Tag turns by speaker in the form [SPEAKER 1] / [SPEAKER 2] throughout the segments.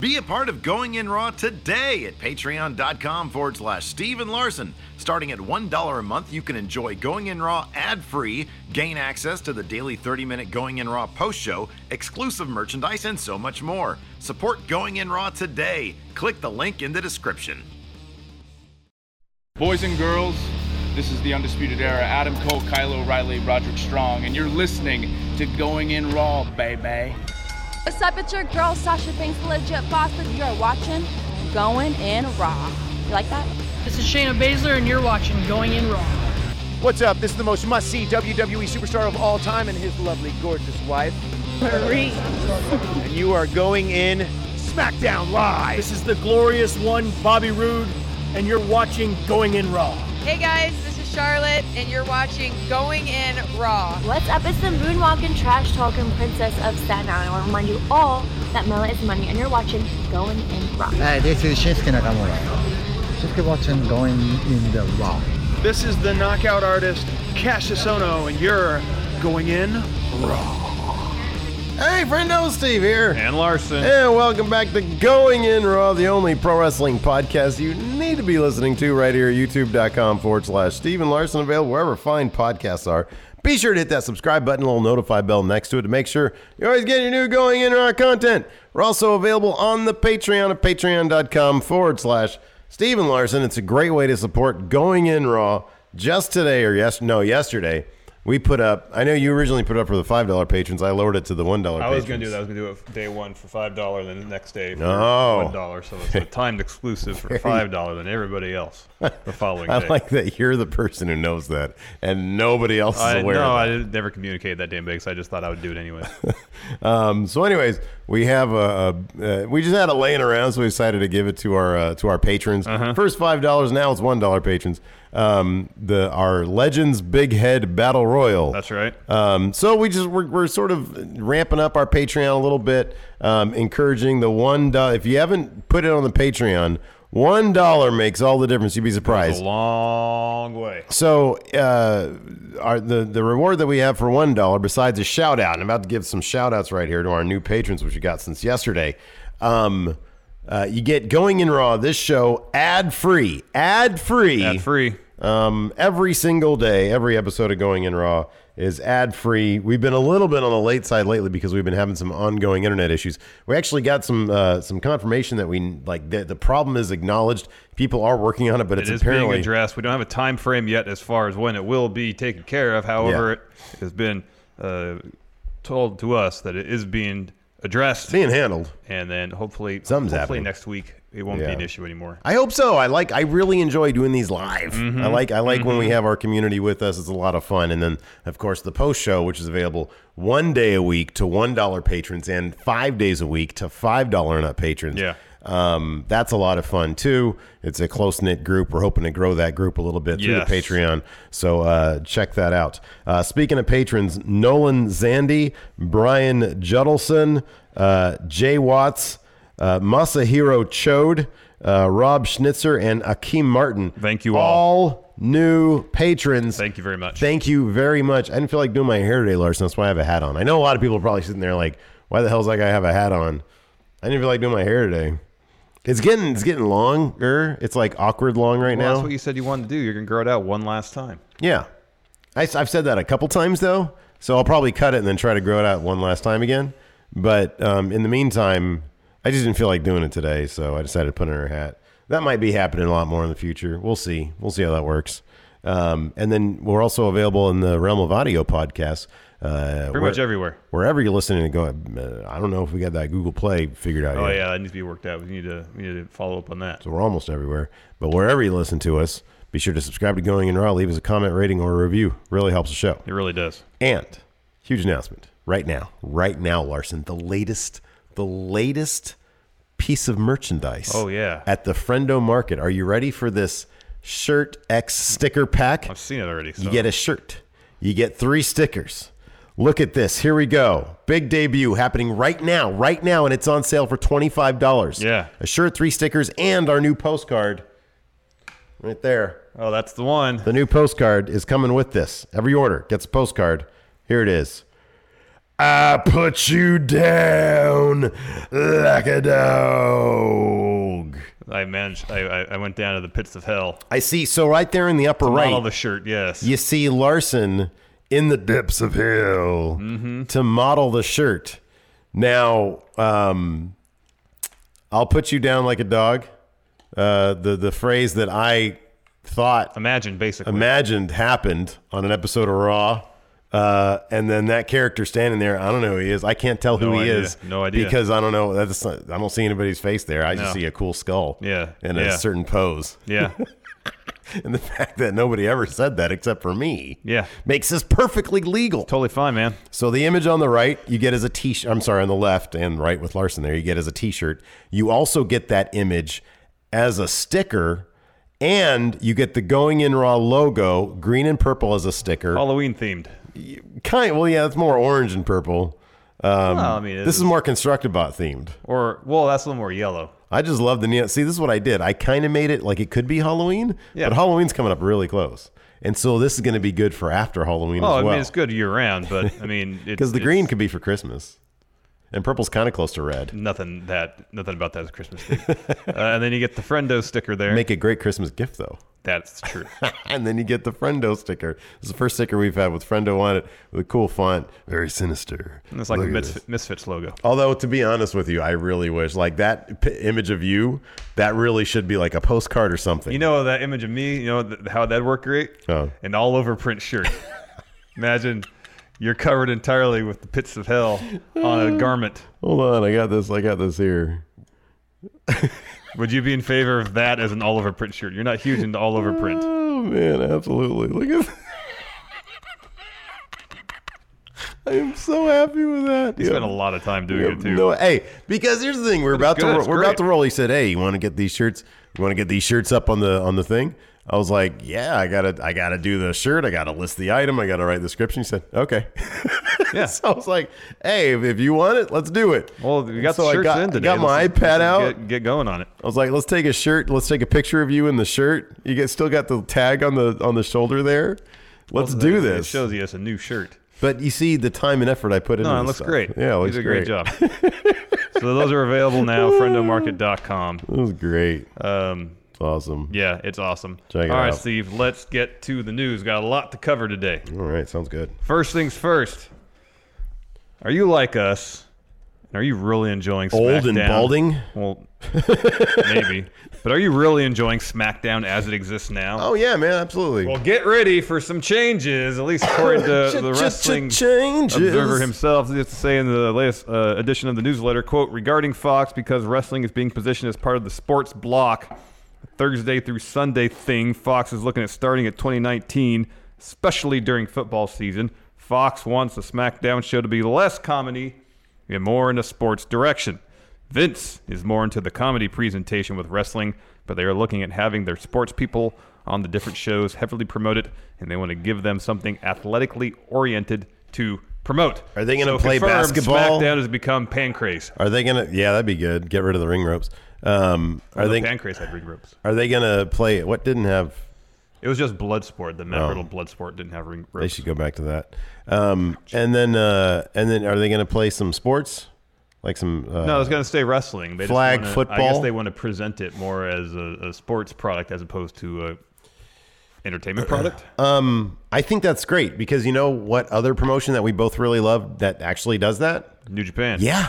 [SPEAKER 1] Be a part of Going In Raw today at patreon.com forward slash Steven Larson. Starting at $1 a month, you can enjoy Going In Raw ad free, gain access to the daily 30 minute Going In Raw post show, exclusive merchandise, and so much more. Support Going In Raw today. Click the link in the description.
[SPEAKER 2] Boys and girls, this is the Undisputed Era. Adam Cole, Kylo O'Reilly, Roderick Strong, and you're listening to Going In Raw, baby.
[SPEAKER 3] What's up? It's your girl Sasha Banks, the legit boss. If you're watching, going in raw. You like that?
[SPEAKER 4] This is Shayna Baszler, and you're watching Going In Raw.
[SPEAKER 5] What's up? This is the most must see WWE superstar of all time and his lovely, gorgeous wife, Marie. and you are going in SmackDown Live.
[SPEAKER 6] This is the glorious one, Bobby Roode, and you're watching Going In Raw.
[SPEAKER 7] Hey guys, this is Charlotte, and you're watching Going In Raw.
[SPEAKER 8] What's up? It's the moonwalking, trash talking princess of Staten Island. I want to remind you all that Mela is money, and you're watching Going in Raw.
[SPEAKER 9] Hi, this is Shinsuke Nakamura. Shinsuke watching Going in the Raw.
[SPEAKER 10] This is the knockout artist Cassius Ono, and you're going in raw.
[SPEAKER 11] Hey, friendo, Steve here.
[SPEAKER 12] And Larson.
[SPEAKER 11] And welcome back to Going In Raw, the only pro wrestling podcast you need to be listening to right here at youtube.com forward slash Steven Larson, available wherever fine podcasts are. Be sure to hit that subscribe button, little notify bell next to it to make sure you always get your new Going In Raw content. We're also available on the Patreon at patreon.com forward slash Steven Larson. It's a great way to support Going In Raw just today or yes, no, yesterday we put up. I know you originally put up for the five dollar patrons. I lowered it to the one dollar.
[SPEAKER 12] I was going to do that. I was going to do it day one for five dollar, then the next day for
[SPEAKER 11] No.
[SPEAKER 12] one dollar. So it's a timed exclusive for five dollar than everybody else the following
[SPEAKER 11] I
[SPEAKER 12] day.
[SPEAKER 11] like that you're the person who knows that, and nobody else is
[SPEAKER 12] I,
[SPEAKER 11] aware.
[SPEAKER 12] no,
[SPEAKER 11] of
[SPEAKER 12] I didn't- never communicated that damn big, so I just thought I would do it anyway.
[SPEAKER 11] it. Um, so, anyways, we have a, a uh, we just had it laying around, so we decided to give it to our uh, to our patrons. First five dollars, now it's one dollar patrons. Um, the our Legends Big Head Battle Royal.
[SPEAKER 12] That's right.
[SPEAKER 11] Um, so we just we're, we're sort of ramping up our Patreon a little bit, um, encouraging the one dollar. If you haven't put it on the Patreon, one dollar makes all the difference. You'd be
[SPEAKER 12] It's
[SPEAKER 11] surprised.
[SPEAKER 12] a long way.
[SPEAKER 11] So, uh, our, the the reward that we have for one dollar, besides a shout out, and I'm about to give some shout outs right here to our new patrons, which we got since yesterday. Um, uh, you get going in raw this show ad free, ad free,
[SPEAKER 12] Ad free.
[SPEAKER 11] Um, every single day, every episode of Going in Raw is ad free. We've been a little bit on the late side lately because we've been having some ongoing internet issues. We actually got some uh, some confirmation that we like the, the problem is acknowledged. People are working on it, but it's
[SPEAKER 12] It is
[SPEAKER 11] apparently
[SPEAKER 12] being addressed. We don't have a time frame yet as far as when it will be taken care of. However, it has been uh, told to us that it is being addressed,
[SPEAKER 11] being handled.
[SPEAKER 12] and then hopefully,
[SPEAKER 11] Something's
[SPEAKER 12] hopefully
[SPEAKER 11] happening.
[SPEAKER 12] next week it won't
[SPEAKER 11] Yeah.
[SPEAKER 12] be an issue anymore.
[SPEAKER 11] I hope so. I like. I really enjoy doing these live. I like. I like when we have our community with us. It's a lot of fun. And then, of course, the post show, which is available one day a week to one dollar patrons, and five days a week to five dollar and up patrons.
[SPEAKER 12] Yeah.
[SPEAKER 11] Um, that's a lot of fun too. It's a close knit group. We're hoping to grow that group a little bit through
[SPEAKER 12] Yes.
[SPEAKER 11] the Patreon. So uh, check that out. Uh, speaking of patrons, Nolan Zandy, Brian Juddelson, uh, Jay Watts, uh, Masahiro Chode, uh, Rob Schnitzer, and Akeem Martin.
[SPEAKER 12] Thank you all.
[SPEAKER 11] All new patrons.
[SPEAKER 12] Thank you very much.
[SPEAKER 11] Thank you very much. I didn't feel like doing my hair today, Larson. That's why I have a hat on. I know a lot of people are probably sitting there like, why the hell's that guy have a hat on? I didn't feel like doing my hair today. It's getting it's getting longer. It's like awkward long right
[SPEAKER 12] Well,
[SPEAKER 11] now.
[SPEAKER 12] that's what you said you wanted to do. You're gonna grow it out one last time.
[SPEAKER 11] yeah, I, have said that a couple times though, so I'll probably cut it and then try to grow it out one last time again. But um, in the meantime, I just didn't feel like doing it today, so I decided to put it in her hat. That might be happening a lot more in the future. We'll see. We'll see how that works. Um, and then we're also available in the realm of audio podcasts. Uh,
[SPEAKER 12] Pretty much everywhere.
[SPEAKER 11] Wherever you're listening to go, uh, I don't know if we got that Google Play figured out
[SPEAKER 12] Oh
[SPEAKER 11] yet.
[SPEAKER 12] yeah, that needs to be worked out. We need to we need to follow up on that.
[SPEAKER 11] So we're almost everywhere. But wherever you listen to us, be sure to subscribe to Going In Raw, leave us a comment, rating, or a review. Really helps the show.
[SPEAKER 12] It really does.
[SPEAKER 11] And huge announcement right now, right now, Larson, the latest the latest piece of merchandise.
[SPEAKER 12] Oh, yeah.
[SPEAKER 11] At the Friendo Market. Are you ready for this shirt X sticker pack? I've
[SPEAKER 12] seen it already.
[SPEAKER 11] You get a shirt. You get three stickers. Look at this. Here we go. Big debut happening right now, right now, and it's on sale for $25.
[SPEAKER 12] Yeah.
[SPEAKER 11] A shirt, three stickers, and our new postcard. Right there.
[SPEAKER 12] Oh, that's the one.
[SPEAKER 11] The new postcard is coming with this. Every order gets a postcard. Here it is. I put you down like a dog.
[SPEAKER 12] I managed. I, I, I went down to the pits of hell.
[SPEAKER 11] I see. So right there in the upper
[SPEAKER 12] To
[SPEAKER 11] right,
[SPEAKER 12] model the shirt, yes.
[SPEAKER 11] you see Larson in the depths of hell
[SPEAKER 12] Mm-hmm.
[SPEAKER 11] to model the shirt. Now, um, I'll put you down like a dog. Uh, the the phrase that I thought
[SPEAKER 12] imagined basically
[SPEAKER 11] imagined happened on an episode of Raw. Uh, and then that character standing there, I don't know who he is. I can't tell who
[SPEAKER 12] No
[SPEAKER 11] he
[SPEAKER 12] idea.
[SPEAKER 11] is.
[SPEAKER 12] No idea.
[SPEAKER 11] Because I don't know. That's not, I don't see anybody's face there. I just
[SPEAKER 12] No.
[SPEAKER 11] see a cool skull.
[SPEAKER 12] Yeah.
[SPEAKER 11] And
[SPEAKER 12] Yeah.
[SPEAKER 11] a certain pose.
[SPEAKER 12] Yeah.
[SPEAKER 11] and the fact that nobody ever said that except for me.
[SPEAKER 12] Yeah.
[SPEAKER 11] Makes this perfectly legal.
[SPEAKER 12] Totally fine, man.
[SPEAKER 11] So the image on the right, you get as a t-shirt. I'm sorry, on the left and right with Larson there, you get as a t-shirt. You also get that image as a sticker and you get the Going In Raw logo, green and purple as a sticker.
[SPEAKER 12] Halloween themed.
[SPEAKER 11] Kind well, yeah, it's more orange and purple. Um,
[SPEAKER 12] Well, I mean, it
[SPEAKER 11] this
[SPEAKER 12] is-
[SPEAKER 11] is more Constructibot themed.
[SPEAKER 12] Or well, that's a little more yellow.
[SPEAKER 11] I just love the neon. See, this is what I did. I kind of made it like it could be Halloween,
[SPEAKER 12] Yeah.
[SPEAKER 11] but Halloween's coming up really close, and so this is going to be good for after Halloween
[SPEAKER 12] well,
[SPEAKER 11] as
[SPEAKER 12] Oh, I
[SPEAKER 11] well.
[SPEAKER 12] mean, it's good year round, but I mean, it's
[SPEAKER 11] because the
[SPEAKER 12] it's
[SPEAKER 11] green could be for Christmas, and purple's kind of close to red.
[SPEAKER 12] nothing that nothing about that is Christmas themed. uh, and then you get the friendo sticker there.
[SPEAKER 11] Make a great Christmas gift though.
[SPEAKER 12] That's true.
[SPEAKER 11] and then you get the Friendo sticker. It's the first sticker we've had with Friendo on it, with a cool font, very sinister.
[SPEAKER 12] And it's like
[SPEAKER 11] Look
[SPEAKER 12] the
[SPEAKER 11] at
[SPEAKER 12] Misf-
[SPEAKER 11] this.
[SPEAKER 12] Misfits logo.
[SPEAKER 11] Although to be honest with you, I really wish like that p- image of you that really should be like a postcard or something.
[SPEAKER 12] You know that image of me. You know th- how that'd work great.
[SPEAKER 11] Oh.
[SPEAKER 12] An all over print shirt. Imagine you're covered entirely with the pits of hell on a garment.
[SPEAKER 11] Hold on, I got this. I got this here.
[SPEAKER 12] Would you be in favor of that as an all over print shirt? You're not huge into all over print.
[SPEAKER 11] Oh man, absolutely. Look at. I am so happy with that.
[SPEAKER 12] You spent a lot of time doing it too.
[SPEAKER 11] No, hey, because here's the thing: we're about
[SPEAKER 12] good,
[SPEAKER 11] to
[SPEAKER 12] it's
[SPEAKER 11] ro- we're about to
[SPEAKER 12] great.
[SPEAKER 11] roll. He said, "Hey, you want to get these shirts? You want to get these shirts up on the on the thing?" I was like, "Yeah, I gotta I gotta do the shirt. I gotta list the item. I gotta write the description." He said, "Okay."
[SPEAKER 12] Yeah.
[SPEAKER 11] so I was like, "Hey, if, if you want it, let's do it."
[SPEAKER 12] Well, we got
[SPEAKER 11] so
[SPEAKER 12] the
[SPEAKER 11] I
[SPEAKER 12] shirts
[SPEAKER 11] got,
[SPEAKER 12] in
[SPEAKER 11] I
[SPEAKER 12] today.
[SPEAKER 11] got my
[SPEAKER 12] Let's-
[SPEAKER 11] iPad
[SPEAKER 12] let's
[SPEAKER 11] out.
[SPEAKER 12] Get, get going on it.
[SPEAKER 11] I was like, "Let's take a shirt. Let's take a picture of you in the shirt. You get still got the tag on the on the shoulder there. Let's
[SPEAKER 12] Also,
[SPEAKER 11] do
[SPEAKER 12] it-
[SPEAKER 11] this."
[SPEAKER 12] It shows you it's a new shirt.
[SPEAKER 11] But you see the time and effort I put into
[SPEAKER 12] No, it
[SPEAKER 11] this
[SPEAKER 12] looks
[SPEAKER 11] stuff.
[SPEAKER 12] great.
[SPEAKER 11] Yeah, it
[SPEAKER 12] You
[SPEAKER 11] looks
[SPEAKER 12] did a great job. so those are available now. Friendomarket.com.
[SPEAKER 11] It was great.
[SPEAKER 12] Um,
[SPEAKER 11] it's awesome.
[SPEAKER 12] Yeah, it's awesome.
[SPEAKER 11] Check it
[SPEAKER 12] All right,
[SPEAKER 11] out.
[SPEAKER 12] Steve. Let's get to the news. Got a lot to cover today.
[SPEAKER 11] All right, sounds good.
[SPEAKER 12] First things first. Are you like us? And Are you really enjoying SmackDown?
[SPEAKER 11] Old and balding?
[SPEAKER 12] Well, maybe. But are you really enjoying SmackDown as it exists now?
[SPEAKER 11] Oh yeah, man, absolutely.
[SPEAKER 12] Well, get ready for some changes, at least according to the wrestling
[SPEAKER 11] changes.
[SPEAKER 12] observer himself. He has to say in the latest uh, edition of the newsletter, quote, regarding Fox, because wrestling is being positioned as part of the sports block, Thursday through Sunday thing, Fox is looking at starting at 2019, especially during football season. Fox wants the SmackDown show to be less comedy and more in a sports direction. Vince is more into the comedy presentation with wrestling, but they are looking at having their sports people on the different shows heavily promoted, and they want to give them something athletically oriented to promote.
[SPEAKER 11] Are they gonna
[SPEAKER 12] So
[SPEAKER 11] play
[SPEAKER 12] confirmed,
[SPEAKER 11] basketball?
[SPEAKER 12] SmackDown has become Pancrase.
[SPEAKER 11] Are they gonna? Yeah, that'd be good. Get rid of the ring ropes. Um, are
[SPEAKER 12] Although
[SPEAKER 11] they?
[SPEAKER 12] Pancrase had ring ropes.
[SPEAKER 11] Are they gonna play? What didn't have?
[SPEAKER 12] It was just Bloodsport. The Matt
[SPEAKER 11] Oh.
[SPEAKER 12] Riddle Bloodsport didn't have ring
[SPEAKER 11] They
[SPEAKER 12] ropes.
[SPEAKER 11] should go back to that. Um, and then, uh, and then, are they gonna play some sports? Like some? Uh,
[SPEAKER 12] no, it's going to stay wrestling. They just
[SPEAKER 11] flag
[SPEAKER 12] wanna- I guess
[SPEAKER 11] football?
[SPEAKER 12] they want to present it more as a, a sports product as opposed to a entertainment product.
[SPEAKER 11] Um, I think that's great because you know what other promotion that we both really love that actually does that?
[SPEAKER 12] New Japan.
[SPEAKER 11] Yeah,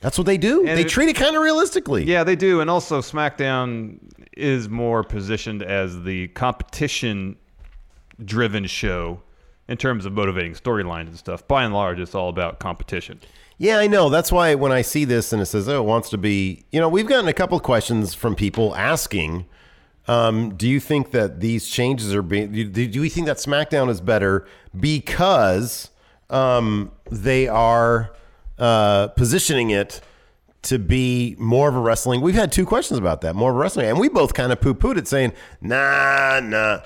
[SPEAKER 11] that's what they do.
[SPEAKER 12] And
[SPEAKER 11] they
[SPEAKER 12] it-
[SPEAKER 11] treat it kind of realistically.
[SPEAKER 12] Yeah, they do. And also, SmackDown is more positioned as the competition driven show in terms of motivating storylines and stuff. By and large, it's all about competition.
[SPEAKER 11] Yeah, I know. That's why when I see this and it says, "Oh, it wants to be," you know, we've gotten a couple questions from people asking, um, "Do you think that these changes are being? Do, do we think that SmackDown is better because um, they are uh, positioning it to be more of a wrestling. We've had two questions about that, more of a wrestling, and we both kind of poo pooed it, saying, "Nah, nah."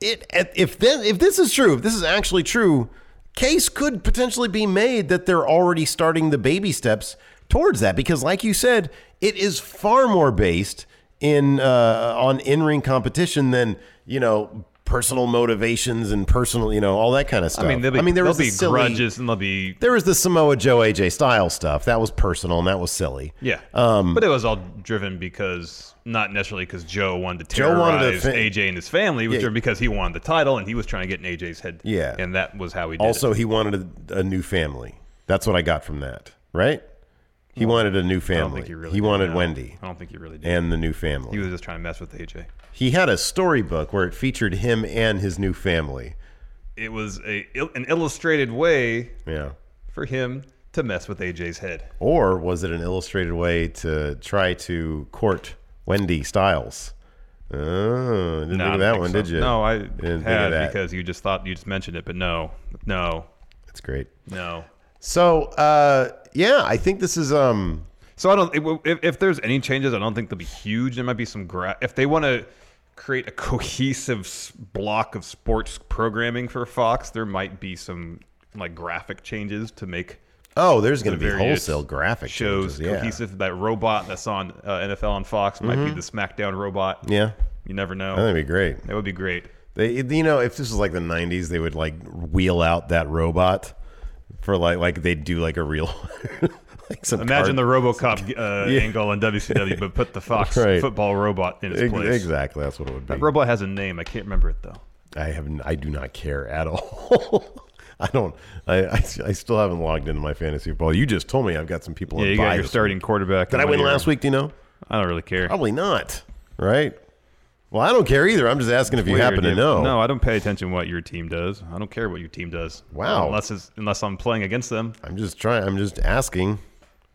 [SPEAKER 11] It if- if then if this is true, if this is actually true, case could potentially be made that they're already starting the baby steps towards that because, like you said, it is far more based in uh, on in ring competition than you know personal motivations and personal you know all that kind of stuff.
[SPEAKER 12] I mean, there'll be,
[SPEAKER 11] there
[SPEAKER 12] there'll
[SPEAKER 11] was a
[SPEAKER 12] be
[SPEAKER 11] silly-
[SPEAKER 12] grudges and there'll be
[SPEAKER 11] there was the Samoa Joe AJ style stuff. That was personal and that was silly.
[SPEAKER 12] yeah.
[SPEAKER 11] Um,
[SPEAKER 12] but it was all driven because not necessarily because Joe wanted to
[SPEAKER 11] Joe
[SPEAKER 12] terrorize
[SPEAKER 11] wanted to fin-
[SPEAKER 12] AJ and his family. It was
[SPEAKER 11] Yeah.
[SPEAKER 12] driven because he wanted the title and he was trying to get in AJ's head.
[SPEAKER 11] Yeah.
[SPEAKER 12] and that was how he did
[SPEAKER 11] also,
[SPEAKER 12] it.
[SPEAKER 11] he wanted a, a new family. That's what I got from that, right? He wanted a new family.
[SPEAKER 12] think he really did,
[SPEAKER 11] wanted
[SPEAKER 12] no.
[SPEAKER 11] Wendy.
[SPEAKER 12] I don't think he really did.
[SPEAKER 11] And the new family.
[SPEAKER 12] He was just trying to mess with AJ.
[SPEAKER 11] He had a storybook where it featured him and his new family.
[SPEAKER 12] It was a il- an illustrated way
[SPEAKER 11] Yeah.
[SPEAKER 12] for him to mess with AJ's head.
[SPEAKER 11] Or was it an illustrated way to try to court Wendy Styles? Oh, didn't
[SPEAKER 12] No,
[SPEAKER 11] think
[SPEAKER 12] I
[SPEAKER 11] of
[SPEAKER 12] don't
[SPEAKER 11] that
[SPEAKER 12] think
[SPEAKER 11] one,
[SPEAKER 12] so.
[SPEAKER 11] did you?
[SPEAKER 12] No, I
[SPEAKER 11] Didn't think of
[SPEAKER 12] had
[SPEAKER 11] that.
[SPEAKER 12] because you just thought you just mentioned it, but no, no,
[SPEAKER 11] That's great.
[SPEAKER 12] no.
[SPEAKER 11] So, uh, yeah, I think this is. um
[SPEAKER 12] So I don't. it- If, if there's any changes, I don't think they'll be huge. There might be some. Gra- if they want to create a cohesive s- block of sports programming for Fox, there might be some like graphic changes to make.
[SPEAKER 11] Oh, there's
[SPEAKER 12] the
[SPEAKER 11] gonna be
[SPEAKER 12] various
[SPEAKER 11] wholesale graphic
[SPEAKER 12] shows
[SPEAKER 11] changes, yeah.
[SPEAKER 12] cohesive. That robot that's on uh, NFL on Fox might be
[SPEAKER 11] Mhm.
[SPEAKER 12] the SmackDown robot.
[SPEAKER 11] Yeah.
[SPEAKER 12] you never know.
[SPEAKER 11] I think it'd be great.
[SPEAKER 12] That would be great.
[SPEAKER 11] They, you know, if this was like the '90s, they would like wheel out that robot for like, like they'd do like a real, like some.
[SPEAKER 12] Imagine
[SPEAKER 11] card-
[SPEAKER 12] the RoboCop uh,
[SPEAKER 11] Yeah.
[SPEAKER 12] angle in WCW, but put the Fox
[SPEAKER 11] Right.
[SPEAKER 12] football robot in its
[SPEAKER 11] Ex-
[SPEAKER 12] place.
[SPEAKER 11] Exactly, that's what it would be.
[SPEAKER 12] That robot has a name. I can't remember it though.
[SPEAKER 11] I have, n- I do not care at all. I don't. I, I, I still haven't logged into my fantasy football. You just told me I've got some people.
[SPEAKER 12] Yeah,
[SPEAKER 11] on
[SPEAKER 12] you got
[SPEAKER 11] bye
[SPEAKER 12] your
[SPEAKER 11] this
[SPEAKER 12] starting
[SPEAKER 11] week.
[SPEAKER 12] quarterback.
[SPEAKER 11] Did
[SPEAKER 12] and
[SPEAKER 11] I
[SPEAKER 12] one
[SPEAKER 11] win
[SPEAKER 12] of your-
[SPEAKER 11] last week? Do you know?
[SPEAKER 12] I don't really care.
[SPEAKER 11] Probably not. Right. Well, I don't care either. I'm just asking if you happen to know.
[SPEAKER 12] No, I don't pay attention what your team does. I don't care what your team does.
[SPEAKER 11] Wow.
[SPEAKER 12] Unless it's unless I'm playing against them.
[SPEAKER 11] I'm just trying. I'm just asking.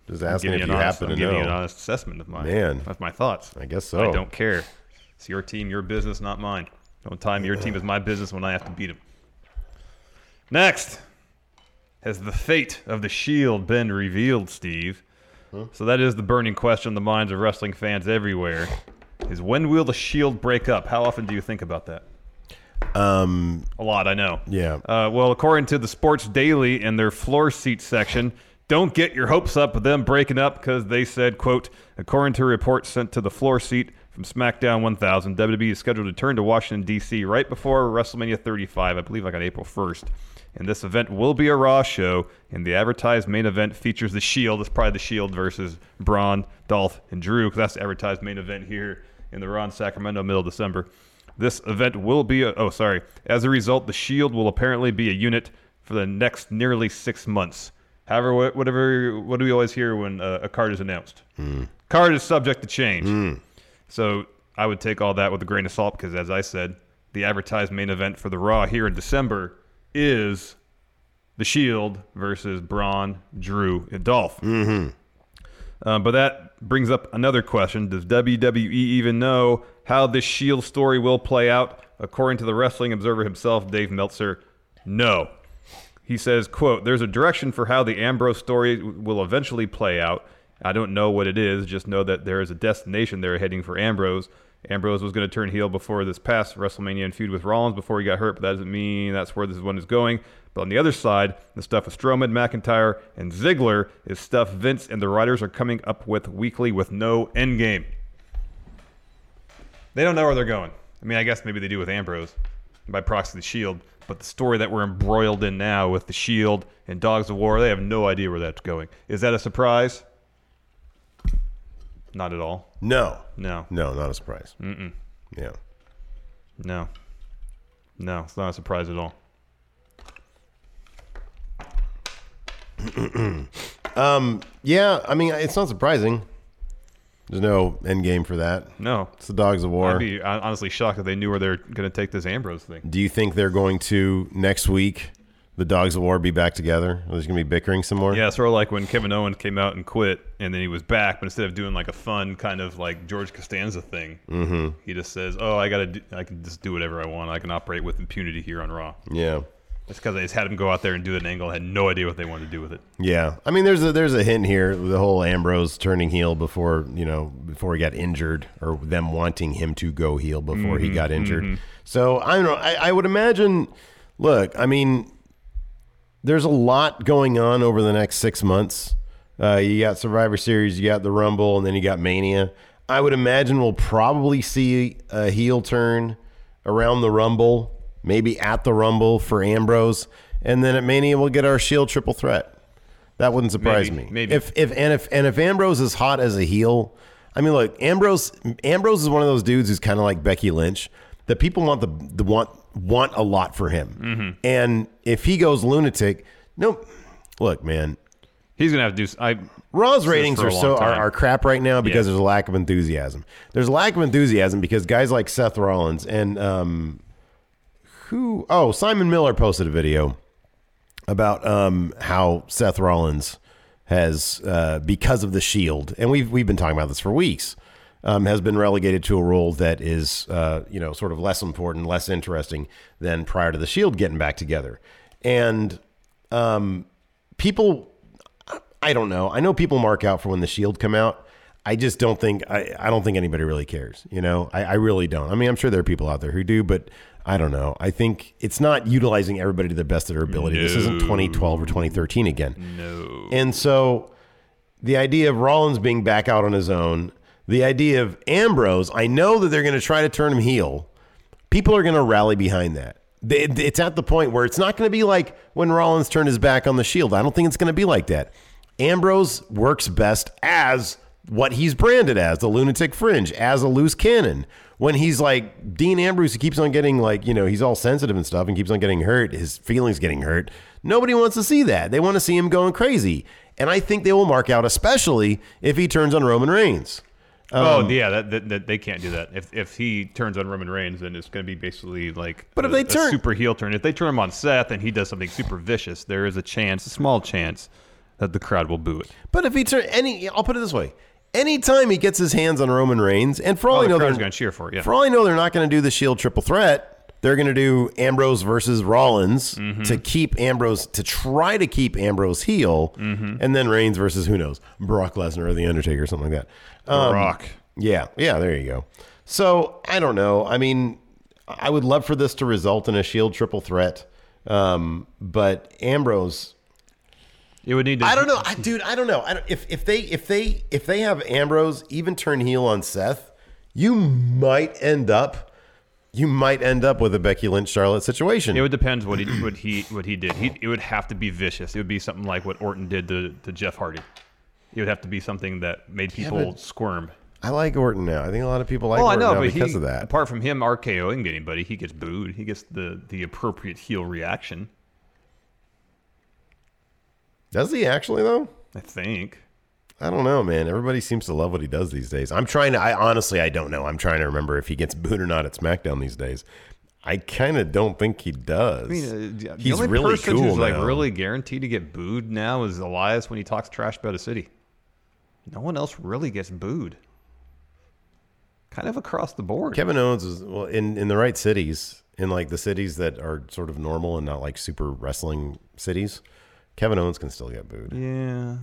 [SPEAKER 11] Just asking if you happen to
[SPEAKER 12] I'm giving
[SPEAKER 11] know.
[SPEAKER 12] you an honest assessment of my
[SPEAKER 11] Man.
[SPEAKER 12] of my thoughts.
[SPEAKER 11] I guess so.
[SPEAKER 12] I don't care. It's your team, your business, not mine. Don't time your team is my business when I have to beat them. Next, has the fate of the Shield been revealed, Steve? So that is the burning question in the minds of wrestling fans everywhere: is when will the Shield break up? How often do you think about that?
[SPEAKER 11] Um.
[SPEAKER 12] A lot, I know.
[SPEAKER 11] Yeah.
[SPEAKER 12] Uh, well, according to the Sports Daily and their floor seat section, don't get your hopes up with them breaking up because they said, quote, according to reports sent to the floor seat from SmackDown 1000, WWE E is scheduled to turn to Washington, D.C. right before WrestleMania 35, I believe like on April 1st. And this event will be a Raw show, and the advertised main event features The Shield. It's probably The Shield versus Braun, Dolph, and Drew because that's the advertised main event here in the Raw in Sacramento, middle of December. This event will be a, oh sorry. As a result, the Shield will apparently be a unit for the next nearly six months. However, wha- whatever what do we always hear when uh, a card is announced? Card is subject to change. So I would take all that with a grain of salt because, as I said, the advertised main event for the Raw here in December is the Shield versus Braun, Drew, and Dolph. Mm-hmm. Uh, but that brings up another question. Does WWE even know how this Shield story will play out? According to the Wrestling Observer himself, Dave Meltzer, no. He says, quote, there's a direction for how the Ambrose story w- will eventually play out. I don't know what it is, just know that there is a destination they're heading for Ambrose. Ambrose was going to turn heel before this past WrestleMania and feud with Rollins before he got hurt, but that doesn't mean that's where this one is going. But on the other side, the stuff with Strowman, McIntyre, and Ziggler is stuff Vince and the writers are coming up with weekly with no end game. They don't know where they're going. I mean, I guess maybe they do with Ambrose by proxy the Shield, but the story that we're embroiled in now with the Shield and Dogs of War, they have no idea where that's going. Is that a surprise? Not at all.
[SPEAKER 11] No.
[SPEAKER 12] No.
[SPEAKER 11] No, not a surprise.
[SPEAKER 12] Mm-mm.
[SPEAKER 11] Yeah.
[SPEAKER 12] No. No, it's not a surprise at all.
[SPEAKER 11] um. Yeah. I mean, it's not surprising. There's no end game for that.
[SPEAKER 12] No.
[SPEAKER 11] It's the dogs of war.
[SPEAKER 12] I'd be hon- honestly shocked if they knew where they're going to take this Ambrose thing.
[SPEAKER 11] Do you think they're going to next week? The dogs of war be back together? Or there's going to be bickering some more.
[SPEAKER 12] Yeah, sort of like when Kevin Owens came out and quit, and then he was back, but instead of doing like a fun kind of like George Costanza thing,
[SPEAKER 11] Mhm.
[SPEAKER 12] he just says, "Oh, I gotta, do, I can just do whatever I want. I can operate with impunity here on Raw."
[SPEAKER 11] Yeah.
[SPEAKER 12] It's because they just had him go out there and do an angle, had no idea what they wanted to do with it.
[SPEAKER 11] Yeah, I mean, there's a there's a hint here. The whole Ambrose turning heel before you know before he got injured, or them wanting him to go heel before he
[SPEAKER 12] Mhm,
[SPEAKER 11] got injured.
[SPEAKER 12] mhm.
[SPEAKER 11] So I don't know. I, I would imagine. Look, I mean, there's a lot going on over the next six months. Uh, you got Survivor Series, you got the Rumble, and then you got Mania. I would imagine we'll probably see a heel turn around the Rumble, maybe at the Rumble for Ambrose, and then at Mania we'll get our Shield E triple threat. That wouldn't surprise
[SPEAKER 12] Maybe,
[SPEAKER 11] me.
[SPEAKER 12] maybe.
[SPEAKER 11] If if and if and if Ambrose is hot as a heel, I mean, look, Ambrose Ambrose is one of those dudes who's kind of like Becky Lynch. That people want the, the want want a lot for him.
[SPEAKER 12] Mm-hmm.
[SPEAKER 11] And if he goes lunatic, no, look, man,
[SPEAKER 12] he's gonna have to do. I
[SPEAKER 11] Raw's
[SPEAKER 12] said
[SPEAKER 11] ratings
[SPEAKER 12] for a
[SPEAKER 11] are
[SPEAKER 12] long
[SPEAKER 11] so are,
[SPEAKER 12] time.
[SPEAKER 11] are crap right now because
[SPEAKER 12] Yeah.
[SPEAKER 11] there's a lack of enthusiasm. There's a lack of enthusiasm because guys like Seth Rollins and um, who? Oh, Simon Miller posted a video about um, how Seth Rollins has uh, because of the Shield, and we've we've been talking about this for weeks. Um, has been relegated to a role that is, uh, you know, sort of less important, less interesting than prior to the Shield getting back together, and um, people I don't know. I know people mark out for when the Shield come out. I just don't think I, I don't think anybody really cares. You know, I, I really don't. I mean, I'm sure there are people out there who do, but I don't know. I think it's not utilizing everybody to the best of their ability. This isn't
[SPEAKER 12] No.
[SPEAKER 11] 2012 or 2013 again.
[SPEAKER 12] No.
[SPEAKER 11] And so the idea of Rollins being back out on his own, the idea of Ambrose, I know that they're going to try to turn him heel. People are going to rally behind that. They- It's at the point where it's not going to be like when Rollins turned his back on the Shield. I don't think it's going to be like that. Ambrose works best as what he's branded as the lunatic fringe, as a loose cannon. When he's like Dean Ambrose, he keeps on getting like, you know, he's all sensitive and stuff and keeps on getting hurt, his feelings getting hurt. Nobody wants to see that. They want to see him going crazy. And I think they will mark out, especially if he turns on Roman Reigns.
[SPEAKER 12] oh
[SPEAKER 11] Um,
[SPEAKER 12] yeah, that, that, that they can't do that. If if he turns on Roman Reigns, then it's going to be basically like
[SPEAKER 11] But
[SPEAKER 12] a,
[SPEAKER 11] if they
[SPEAKER 12] a
[SPEAKER 11] turn-
[SPEAKER 12] super heel turn. If they turn him on Seth and he does something super vicious, there is a chance, a small chance, that the crowd will boo it.
[SPEAKER 11] But if he turn any, I'll put it this way: anytime he gets his hands on Roman Reigns, and for all
[SPEAKER 12] Oh,
[SPEAKER 11] I
[SPEAKER 12] the
[SPEAKER 11] know, they're
[SPEAKER 12] crowd's gonna cheer for it, yeah.
[SPEAKER 11] For all I know, they're not going to do the Shield triple threat. They're going to do Ambrose versus Rollins
[SPEAKER 12] Mm-hmm.
[SPEAKER 11] to keep Ambrose to try to keep Ambrose heel,
[SPEAKER 12] Mm-hmm.
[SPEAKER 11] and then Reigns versus who knows Brock Lesnar or the Undertaker or something like that. Um,
[SPEAKER 12] Brock.
[SPEAKER 11] Yeah, yeah. There you go. So I don't know. I mean, I would love for this to result in a Shield E triple threat, um, but Ambrose.
[SPEAKER 12] It would need
[SPEAKER 11] I don't know, I, dude. I don't know. I don't, if if they if they if they have Ambrose even turn heel on Seth, you might end up you might end up with a Becky Lynch Charlotte situation.
[SPEAKER 12] It would depend what he what he what he did. He it would have to be vicious. It would be something like what Orton did to, to Jeff Hardy. It would have to be something that made people
[SPEAKER 11] but-
[SPEAKER 12] squirm.
[SPEAKER 11] I like Orton now. I think a lot of people like
[SPEAKER 12] well, Oh, I
[SPEAKER 11] Orton
[SPEAKER 12] know,
[SPEAKER 11] now
[SPEAKER 12] but
[SPEAKER 11] because
[SPEAKER 12] he,
[SPEAKER 11] of that.
[SPEAKER 12] Apart from him RKOing anybody, he gets booed. He gets the the appropriate heel reaction.
[SPEAKER 11] Does he actually though?
[SPEAKER 12] I think.
[SPEAKER 11] I don't know, man. Everybody seems to love what he does these days. I'm trying to. I honestly, I don't know. I'm trying to remember if he gets booed or not at SmackDown these days. I kind of don't think he does.
[SPEAKER 12] I mean, uh,
[SPEAKER 11] he's
[SPEAKER 12] the only
[SPEAKER 11] really
[SPEAKER 12] person
[SPEAKER 11] cool
[SPEAKER 12] who's like
[SPEAKER 11] now.
[SPEAKER 12] really guaranteed to get booed now is Elias when he talks trash about a city. No one else really gets booed. Kind of across the board.
[SPEAKER 11] Kevin Owens is well in in the right cities, in like the cities that are sort of normal and not like super wrestling cities. Kevin Owens can still get booed.
[SPEAKER 12] Yeah,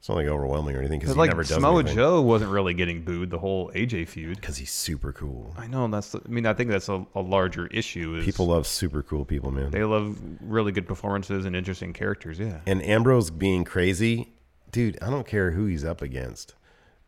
[SPEAKER 11] it's not like overwhelming or anything because
[SPEAKER 12] Because
[SPEAKER 11] he
[SPEAKER 12] Mm. like
[SPEAKER 11] never does
[SPEAKER 12] Samoa
[SPEAKER 11] anything.
[SPEAKER 12] Joe wasn't really getting booed the whole AJ feud
[SPEAKER 11] because he's super cool.
[SPEAKER 12] I know that's. I mean, I think that's a, a larger issue. Is
[SPEAKER 11] People love super cool people, man.
[SPEAKER 12] they love really good performances and interesting characters. Yeah,
[SPEAKER 11] And Ambrose being crazy, dude, I don't care who he's up against.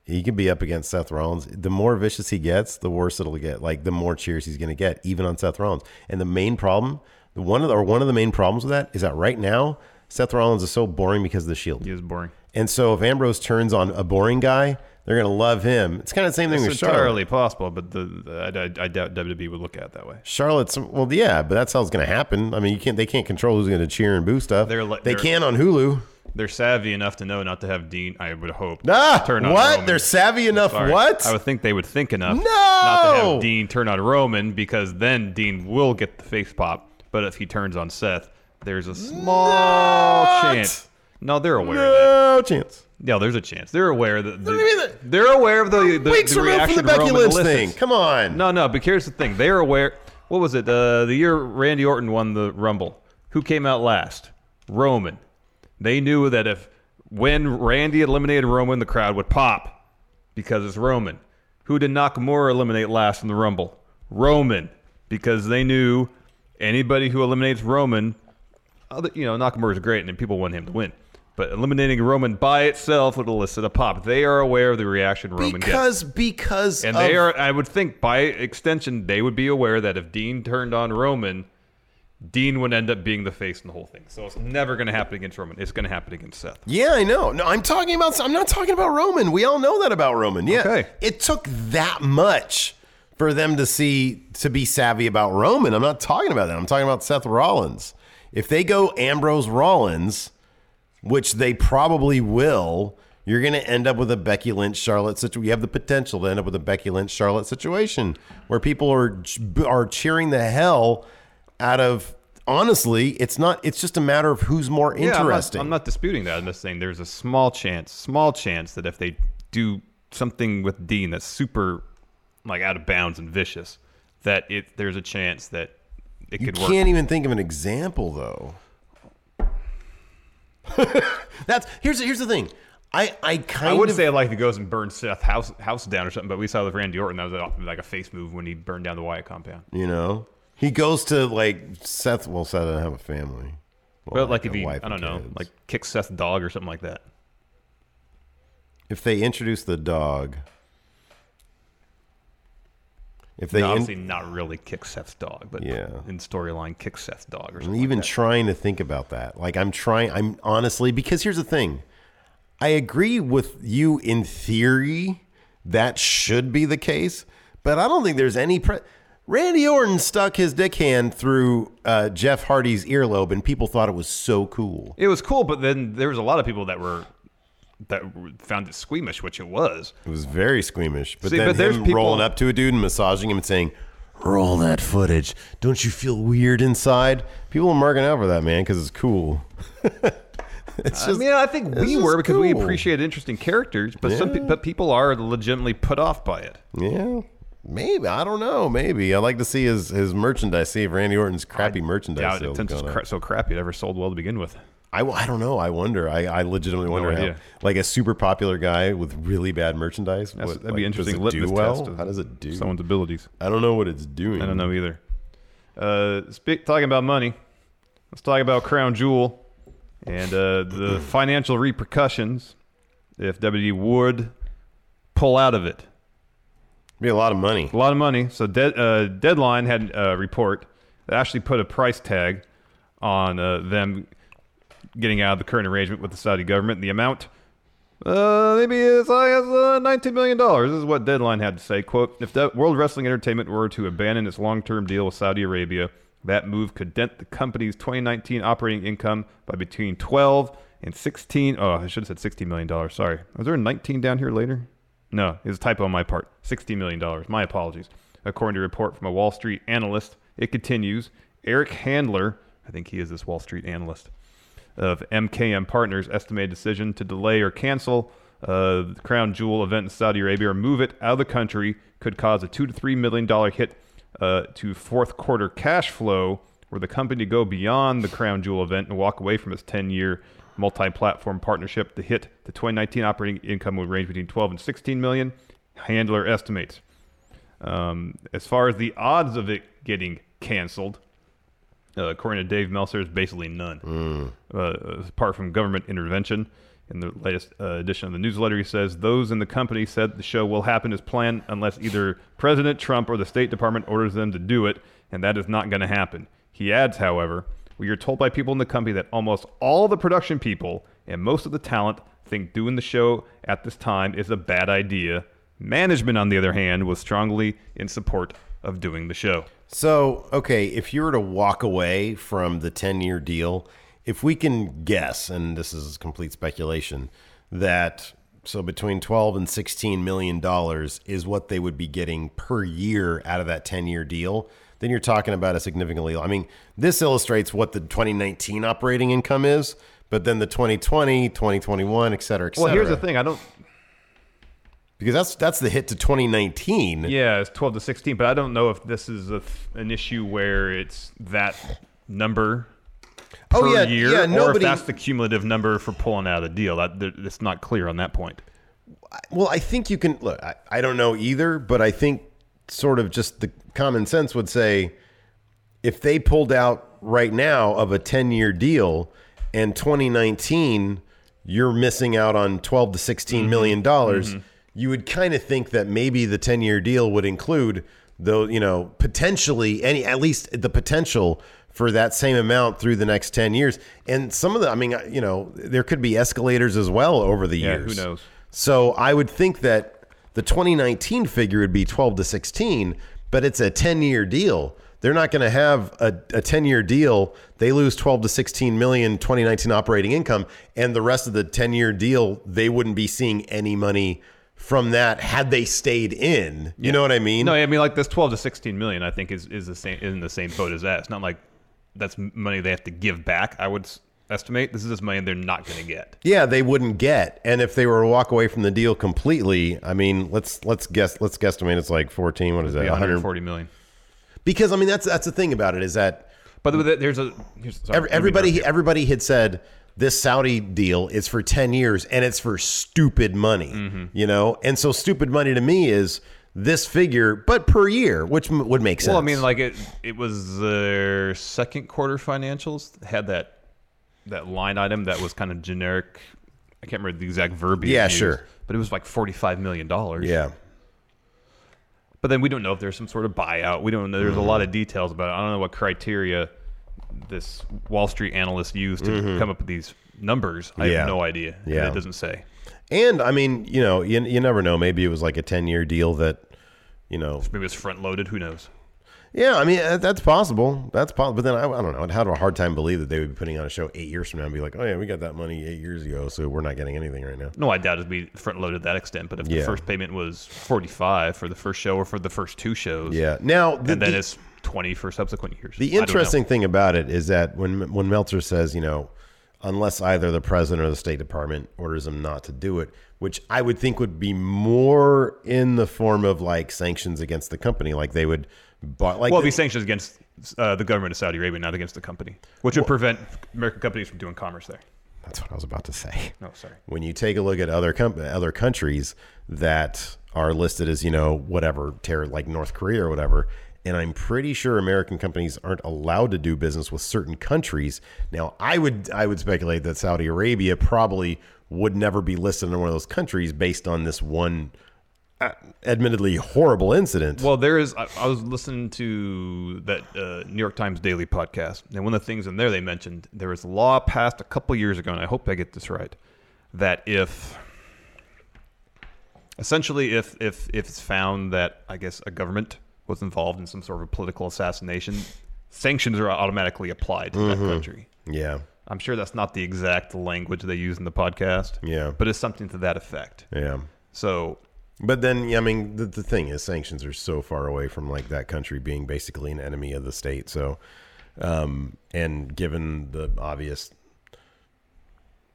[SPEAKER 11] He could be up against Seth Rollins. The more vicious he gets, the worse it'll get. Like the more cheers he's going to get, even on Seth Rollins. And the main problem, the one of the, or one of the main problems with that is that right now Seth Rollins is so boring because of the Shield. He
[SPEAKER 12] is boring.
[SPEAKER 11] And so if Ambrose turns on a boring guy, they're going to love him. It's kind of the same thing with
[SPEAKER 12] it's
[SPEAKER 11] Charlotte.
[SPEAKER 12] entirely possible, but the, the I, I, I doubt WWE would look at it that way.
[SPEAKER 11] Charlotte's well, yeah, but that's how it's going to happen. I mean, you can't they can't control who's going to cheer and boo stuff.
[SPEAKER 12] They're
[SPEAKER 11] they
[SPEAKER 12] like- they're-
[SPEAKER 11] can on Hulu.
[SPEAKER 12] They're savvy enough to know not to have Dean. I would hope.
[SPEAKER 11] Ah,
[SPEAKER 12] turn on
[SPEAKER 11] what?
[SPEAKER 12] Roman.
[SPEAKER 11] They're savvy enough.
[SPEAKER 12] Sorry.
[SPEAKER 11] What?
[SPEAKER 12] I would think they would think enough
[SPEAKER 11] No!
[SPEAKER 12] not to have Dean turn on Roman because then Dean will get the face pop. But if he turns on Seth, there's a small chance. No, they're aware of that.
[SPEAKER 11] No chance.
[SPEAKER 12] No, there's a chance. They're aware that the,
[SPEAKER 11] do you mean that-
[SPEAKER 12] they're aware of the, the,
[SPEAKER 11] Weeks
[SPEAKER 12] the
[SPEAKER 11] removed
[SPEAKER 12] reaction
[SPEAKER 11] from the
[SPEAKER 12] to
[SPEAKER 11] Becky
[SPEAKER 12] Roman
[SPEAKER 11] Lynch
[SPEAKER 12] listens.
[SPEAKER 11] thing. Come on.
[SPEAKER 12] No, no. But here's the thing: they're aware. What was it? Uh, the year Randy Orton won the Rumble. Who came out last? Roman. They knew that if when Randy eliminated Roman, the crowd would pop because it's Roman. Who did Nakamura eliminate last in the Rumble? Roman, because they knew anybody who eliminates Roman, other, you know, Nakamura's great and people want him to win. But eliminating Roman by itself would elicit a pop. They are aware of the reaction Roman
[SPEAKER 11] Because-
[SPEAKER 12] gets.
[SPEAKER 11] Because
[SPEAKER 12] and they
[SPEAKER 11] of-
[SPEAKER 12] are, I would think, by extension, they would be aware that if Dean turned on Roman, Dean would end up being the face in the whole thing. So it's never going to happen against Roman. It's going to happen against Seth.
[SPEAKER 11] Yeah, I know. No, I'm talking about. I'm not talking about Roman. We all know that about Roman. Yeah,
[SPEAKER 12] Okay.
[SPEAKER 11] it took that much for them to see to be savvy about Roman. I'm not talking about that. I'm talking about Seth Rollins. If they go Ambrose Rollins, which they probably will, you're going to end up with a Becky Lynch Charlotte situation. You have the potential to end up with a Becky Lynch Charlotte situation where people are are cheering the hell out of. Honestly, it's not. It's just a matter of who's more
[SPEAKER 12] Yeah, I'm not-
[SPEAKER 11] interesting.
[SPEAKER 12] I'm not, disputing that. I'm just saying there's a small chance, small chance that if they do something with Dean that's super like out of bounds and vicious, that it there's a chance that it
[SPEAKER 11] You
[SPEAKER 12] could
[SPEAKER 11] can't
[SPEAKER 12] work.
[SPEAKER 11] even think of an example though. That's here's here's the thing. I I kind
[SPEAKER 12] I would
[SPEAKER 11] of
[SPEAKER 12] say like if he goes and burns Seth house house down or something, but we saw with Randy Orton that was a- like a face move when he burned down the Wyatt compound.
[SPEAKER 11] you know he goes to like Seth. Well, Seth doesn't have a family. Well,
[SPEAKER 12] but like if
[SPEAKER 11] a
[SPEAKER 12] he, I
[SPEAKER 11] wife and
[SPEAKER 12] don't know,
[SPEAKER 11] kids.
[SPEAKER 12] like kick Seth's dog or something like that.
[SPEAKER 11] if they introduce the dog, if they
[SPEAKER 12] no,
[SPEAKER 11] in-
[SPEAKER 12] obviously not really kick Seth's dog, but
[SPEAKER 11] Yeah.
[SPEAKER 12] in storyline kick Seth's dog or
[SPEAKER 11] I'm
[SPEAKER 12] something.
[SPEAKER 11] even trying to think about that. Like I'm trying. I'm honestly because here's the thing. I agree with you in theory that should be the case, but I don't think there's any. Pre- Randy Orton stuck his dick hand through uh, Jeff Hardy's earlobe, and people thought it was so cool.
[SPEAKER 12] It was cool, but then there was a lot of people that were that were- found it squeamish, which it was.
[SPEAKER 11] It was very squeamish. But
[SPEAKER 12] See,
[SPEAKER 11] then
[SPEAKER 12] but there's
[SPEAKER 11] him
[SPEAKER 12] people-
[SPEAKER 11] rolling up to a dude and massaging him and saying, "Roll that footage. Don't you feel weird inside?" People are marking out for that man because it's cool. it's
[SPEAKER 12] I mean, I think
[SPEAKER 11] it's
[SPEAKER 12] we
[SPEAKER 11] just
[SPEAKER 12] were because we
[SPEAKER 11] cool.
[SPEAKER 12] appreciate interesting characters, but some
[SPEAKER 11] Yeah.
[SPEAKER 12] pe- but people are legitimately put off by it.
[SPEAKER 11] Yeah. Maybe I don't know. Maybe I'd like to see his, his merchandise. See if Randy Orton's crappy merchandise
[SPEAKER 12] Doubt it
[SPEAKER 11] sales
[SPEAKER 12] since it's
[SPEAKER 11] gone up.
[SPEAKER 12] cra- so crappy it ever sold well to begin with.
[SPEAKER 11] I, I don't know. I wonder. I, I legitimately wonder how
[SPEAKER 12] idea.
[SPEAKER 11] like a super popular guy with really bad merchandise.
[SPEAKER 12] That's-
[SPEAKER 11] what-
[SPEAKER 12] that'd be
[SPEAKER 11] like, does
[SPEAKER 12] interesting.
[SPEAKER 11] it
[SPEAKER 12] litmus
[SPEAKER 11] do well?
[SPEAKER 12] test of
[SPEAKER 11] how does it do? Hmm.
[SPEAKER 12] someone's abilities?
[SPEAKER 11] I don't know what it's doing.
[SPEAKER 12] I don't know either. Uh, speak, talking about money, let's talk about Crown Jewel and uh, the financial repercussions if WWE would pull out of it.
[SPEAKER 11] Be a lot of money.
[SPEAKER 12] A lot of money. So dead uh, Deadline had a report that actually put a price tag on uh, them getting out of the current arrangement with the Saudi government. The amount uh, maybe as high as uh, $19 million. This is what Deadline had to say. Quote, if that World Wrestling Entertainment were to abandon its long-term deal with Saudi Arabia, that move could dent the company's 2019 operating income by between 12 and 16. Oh, I should have said $16 million. Sorry. Was there a 19 down here later? No, it's a typo on my part. $60 million. My apologies. According to a report from a Wall Street analyst, it continues. Eric Handler, I think he is this Wall Street analyst, of MKM Partners estimated decision to delay or cancel uh, the Crown Jewel event in Saudi Arabia or move it out of the country could cause a two to three million dollar hit uh, to fourth quarter cash flow, were the company to go beyond the Crown Jewel event and walk away from its 10 year multi platform partnership. The hit to 2019 operating income would range between 12 and 16 million. Handler estimates. Um, as far as the odds of it getting canceled, uh, according to Dave Meltzer, it's basically none, uh, apart from government intervention. In the latest uh, edition of the newsletter, he says those in the company said the show will happen as planned unless either President Trump or the State Department orders them to do it, and that is not going to happen. He adds, however, we are told by people in the company that almost all the production people and most of the talent think doing the show at this time is a bad idea. Management, on the other hand, was strongly in support of doing the show.
[SPEAKER 11] So, okay, if you were to walk away from the 10 year deal, if we can guess, and this is complete speculation, that so between 12 and 16 million dollars is what they would be getting per year out of that 10 year deal, then you're talking about a significantly, I mean, this illustrates what the 2019 operating income is, but then the 2020, 2021, et cetera, et cetera.
[SPEAKER 12] Well, here's the thing: I don't
[SPEAKER 11] Because that's, that's the hit to 2019.
[SPEAKER 12] Yeah, it's 12 to 16, but I don't know if this is a th- an issue where it's that number per
[SPEAKER 11] Oh, yeah,
[SPEAKER 12] year,
[SPEAKER 11] yeah,
[SPEAKER 12] or if
[SPEAKER 11] nobody-
[SPEAKER 12] that's the cumulative number for pulling out a deal. That, that- it's not clear on that point.
[SPEAKER 11] Well, I think you can look. I, I don't know either, but I think sort of just the common sense would say if they pulled out right now of a 10 year deal and 2019, you're missing out on 12 to
[SPEAKER 12] Mm-hmm.
[SPEAKER 11] 16 million dollars.
[SPEAKER 12] Mhm.
[SPEAKER 11] You would kind of think that maybe the 10 year deal would include though, you know, potentially any, at least the potential for that same amount through the next 10 years. And some of the, I mean, you know, there could be escalators as well over the
[SPEAKER 12] Yeah, who
[SPEAKER 11] years.
[SPEAKER 12] knows?
[SPEAKER 11] So I would think that the 2019 figure would be 12 to 16, but it's a 10 year deal. They're not going to have a, a 10 year deal. They lose 12 to 16 million 2019 operating income, and the rest of the 10 year deal, they wouldn't be seeing any money from that had they stayed in. You know what I mean?
[SPEAKER 12] No, I mean like this twelve to sixteen million. I think is is the same in the same boat as that. It's not like that's m- money they have to give back. I would s- estimate this is just money they're not going to get.
[SPEAKER 11] Yeah, they wouldn't get. And if they were to walk away from the deal completely, I mean, let's let's guess let's guesstimate it's like 14, what is that?
[SPEAKER 12] It'd
[SPEAKER 11] 100
[SPEAKER 12] be 140 million.
[SPEAKER 11] Because I mean that's that's the thing about it is that
[SPEAKER 12] By the way, there's a here's,
[SPEAKER 11] Every,
[SPEAKER 12] sorry, let me interrupt
[SPEAKER 11] everybody,
[SPEAKER 12] you.
[SPEAKER 11] everybody had said this Saudi deal is for ten years and it's for stupid money,
[SPEAKER 12] Mm-hmm.
[SPEAKER 11] you know. And so, stupid money to me is this figure, but per year, which m- would make sense.
[SPEAKER 12] Well, I mean, like it it was their second quarter financials had that that line item that was kind of generic. I can't remember the exact verbiage.
[SPEAKER 11] Yeah,
[SPEAKER 12] used,
[SPEAKER 11] sure.
[SPEAKER 12] But it was like forty five million dollars.
[SPEAKER 11] Yeah.
[SPEAKER 12] But then we don't know if there's some sort of buyout. We don't know. There's a
[SPEAKER 11] Mm-hmm.
[SPEAKER 12] lot of details about it. I don't know what criteria this Wall Street analyst used to
[SPEAKER 11] Mhm.
[SPEAKER 12] come up with these numbers. I
[SPEAKER 11] Yeah.
[SPEAKER 12] have no idea. And
[SPEAKER 11] Yeah.
[SPEAKER 12] it doesn't say.
[SPEAKER 11] and I mean, you know, you, you never know. Maybe it was like a ten-year deal that, you know,
[SPEAKER 12] Maybe it's front loaded. Who knows?
[SPEAKER 11] yeah. I mean, uh, that's possible. That's possible. But then I, I don't know. I'd have a hard time believe that they would be putting on a show eight years from now and be like, oh yeah, we got that money eight years ago, so we're not getting anything right now.
[SPEAKER 12] No, I doubt it'd be front loaded to that extent. But if
[SPEAKER 11] Yeah.
[SPEAKER 12] the first payment was forty five for the first show or for the first two shows,
[SPEAKER 11] Yeah. Now, the-
[SPEAKER 12] and then
[SPEAKER 11] the-
[SPEAKER 12] it's twenty for subsequent years. I
[SPEAKER 11] The
[SPEAKER 12] don't know.
[SPEAKER 11] interesting thing about it is that when when Meltzer says, you know, unless either the president or the State Department orders him not to do it, which I would think would be more in the form of like sanctions against the company, like they would, but like
[SPEAKER 12] well, it'd be sanctions against uh, the government of Saudi Arabia, not against the company, which would prevent American companies from doing commerce there.
[SPEAKER 11] That's what I was about to say.
[SPEAKER 12] No, sorry.
[SPEAKER 11] When you take a look at other com- other countries that are listed as you know whatever terror like North Korea or whatever, and I'm pretty sure American companies aren't allowed to do business with certain countries. Now, I would I would speculate that Saudi Arabia probably would never be listed in one of those countries based on this one, uh, admittedly horrible incident.
[SPEAKER 12] Well, there is. I, I was listening to that uh, New York Times Daily podcast, and one of the things in there they mentioned there was a law passed a couple years ago, and I hope I get this right, that if essentially if if if it's found that I guess a government was involved in some sort of a political assassination, sanctions are automatically applied to that
[SPEAKER 11] Mhm.
[SPEAKER 12] country.
[SPEAKER 11] Yeah.
[SPEAKER 12] I'm sure that's not the exact language they use in the podcast.
[SPEAKER 11] Yeah.
[SPEAKER 12] But it's something to that effect.
[SPEAKER 11] Yeah.
[SPEAKER 12] So,
[SPEAKER 11] but then I mean, the, the thing is, sanctions are so far away from like that country being basically an enemy of the state. So, um, and given the obvious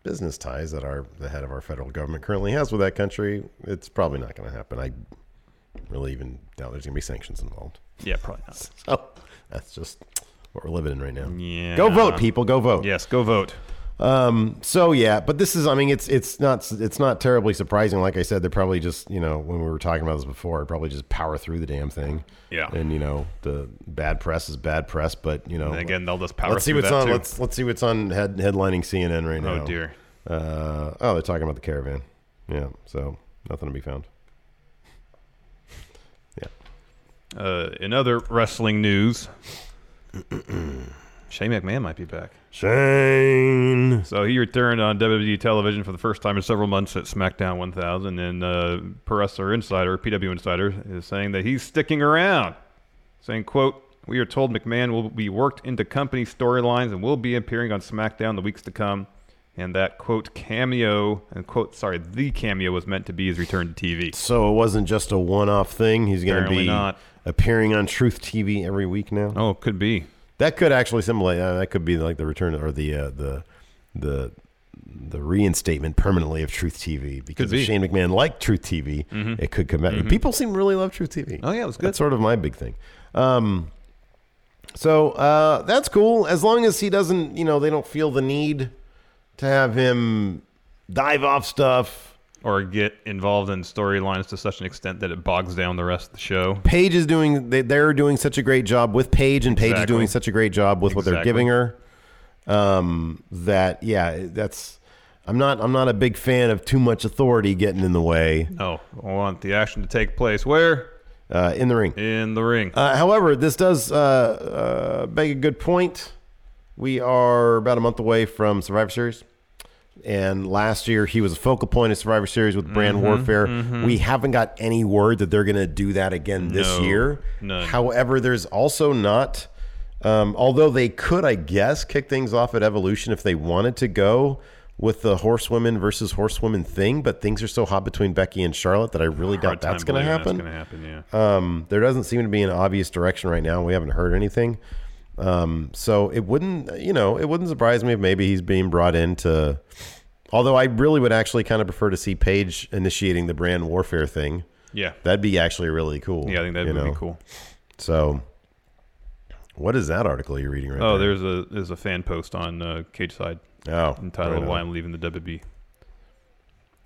[SPEAKER 11] business ties that our the head of our federal government currently has with that country, it's probably not going to happen. I really even doubt there's going to be sanctions involved.
[SPEAKER 12] Yeah, probably not.
[SPEAKER 11] So that's just what we're living in right now.
[SPEAKER 12] Yeah.
[SPEAKER 11] Go vote, people. Go vote.
[SPEAKER 12] Yes, go vote.
[SPEAKER 11] Um, so yeah, but this is, I mean, it's, it's not, it's not terribly surprising. Like I said, they're probably just, you know, when we were talking about this before, probably just power through the damn thing.
[SPEAKER 12] Yeah.
[SPEAKER 11] And you know, the bad press is bad press, but you know,
[SPEAKER 12] And again, they'll just power
[SPEAKER 11] Let's see
[SPEAKER 12] through
[SPEAKER 11] what's
[SPEAKER 12] that,
[SPEAKER 11] on.
[SPEAKER 12] too.
[SPEAKER 11] Let's let's see what's on head, headlining CNN right
[SPEAKER 12] Oh,
[SPEAKER 11] now.
[SPEAKER 12] dear.
[SPEAKER 11] Uh, oh, they're talking about the caravan. Yeah. So nothing to be found.
[SPEAKER 12] Uh, in other wrestling news, Shane McMahon might be back.
[SPEAKER 11] Shane.
[SPEAKER 12] So he returned on WWE television for the first time in several months at SmackDown 1000, and uh, Pro Wrestler Insider, PW Insider, is saying that he's sticking around, saying, "quote We are told McMahon will be worked into company storylines and will be appearing on SmackDown the weeks to come." And that quote cameo and quote sorry the cameo was meant to be his return to TV.
[SPEAKER 11] So it wasn't just a one-off thing. He's going to
[SPEAKER 12] Apparently
[SPEAKER 11] be
[SPEAKER 12] not.
[SPEAKER 11] appearing on Truth TV every week now.
[SPEAKER 12] Oh, it could be.
[SPEAKER 11] That could actually simulate. Uh, that could be like the return or the uh, the the the reinstatement permanently of Truth TV because
[SPEAKER 12] Could
[SPEAKER 11] if
[SPEAKER 12] be.
[SPEAKER 11] Shane McMahon liked Truth TV,
[SPEAKER 12] Mhm.
[SPEAKER 11] it could come back.
[SPEAKER 12] Mhm.
[SPEAKER 11] People seem to really love Truth TV.
[SPEAKER 12] Oh yeah, it was good.
[SPEAKER 11] That's sort of my big thing. Um, So uh, that's cool. As long as he doesn't, you know, they don't feel the need to have him dive off stuff.
[SPEAKER 12] Or get involved in storylines to such an extent that it bogs down the rest of the show.
[SPEAKER 11] Paige is doing, they, they're doing such a great job with Paige, and Paige is
[SPEAKER 12] Exactly.
[SPEAKER 11] doing such a great job with what they're
[SPEAKER 12] Exactly.
[SPEAKER 11] giving her. Um, that, yeah, that's, I'm not, I'm not a big fan of too much authority getting in the way.
[SPEAKER 12] No, I want the action to take place where?
[SPEAKER 11] Uh, in the ring.
[SPEAKER 12] In the ring.
[SPEAKER 11] Uh, however, this does uh, uh, make a good point. We are about a month away from Survivor Series. And last year, he was a focal point of Survivor Series with brand
[SPEAKER 12] Mhm,
[SPEAKER 11] warfare.
[SPEAKER 12] mhm.
[SPEAKER 11] We haven't got any word that they're going to do that again this
[SPEAKER 12] No,
[SPEAKER 11] year.
[SPEAKER 12] none.
[SPEAKER 11] However, there's also not, um, although they could, I guess, kick things off at Evolution if they wanted to go with the horsewomen versus horsewomen thing. But things are so hot between Becky and Charlotte that I really doubt
[SPEAKER 12] time
[SPEAKER 11] that's going to
[SPEAKER 12] believing that's
[SPEAKER 11] happen.
[SPEAKER 12] gonna happen, yeah.
[SPEAKER 11] Um, there doesn't seem to be an obvious direction right now. We haven't heard anything. Um, so it wouldn't, you know, it wouldn't surprise me if maybe he's being brought in to. Although I really would actually kind of prefer to see Paige initiating the brand warfare thing.
[SPEAKER 12] Yeah.
[SPEAKER 11] that'd be actually really cool.
[SPEAKER 12] Yeah, I think that
[SPEAKER 11] you
[SPEAKER 12] would be cool.
[SPEAKER 11] So, what is that article you're reading right
[SPEAKER 12] oh,
[SPEAKER 11] there?
[SPEAKER 12] there's a there's a fan post on uh, Cage Side.
[SPEAKER 11] Oh,
[SPEAKER 12] entitled
[SPEAKER 11] right on.
[SPEAKER 12] "Why I'm Leaving the WB."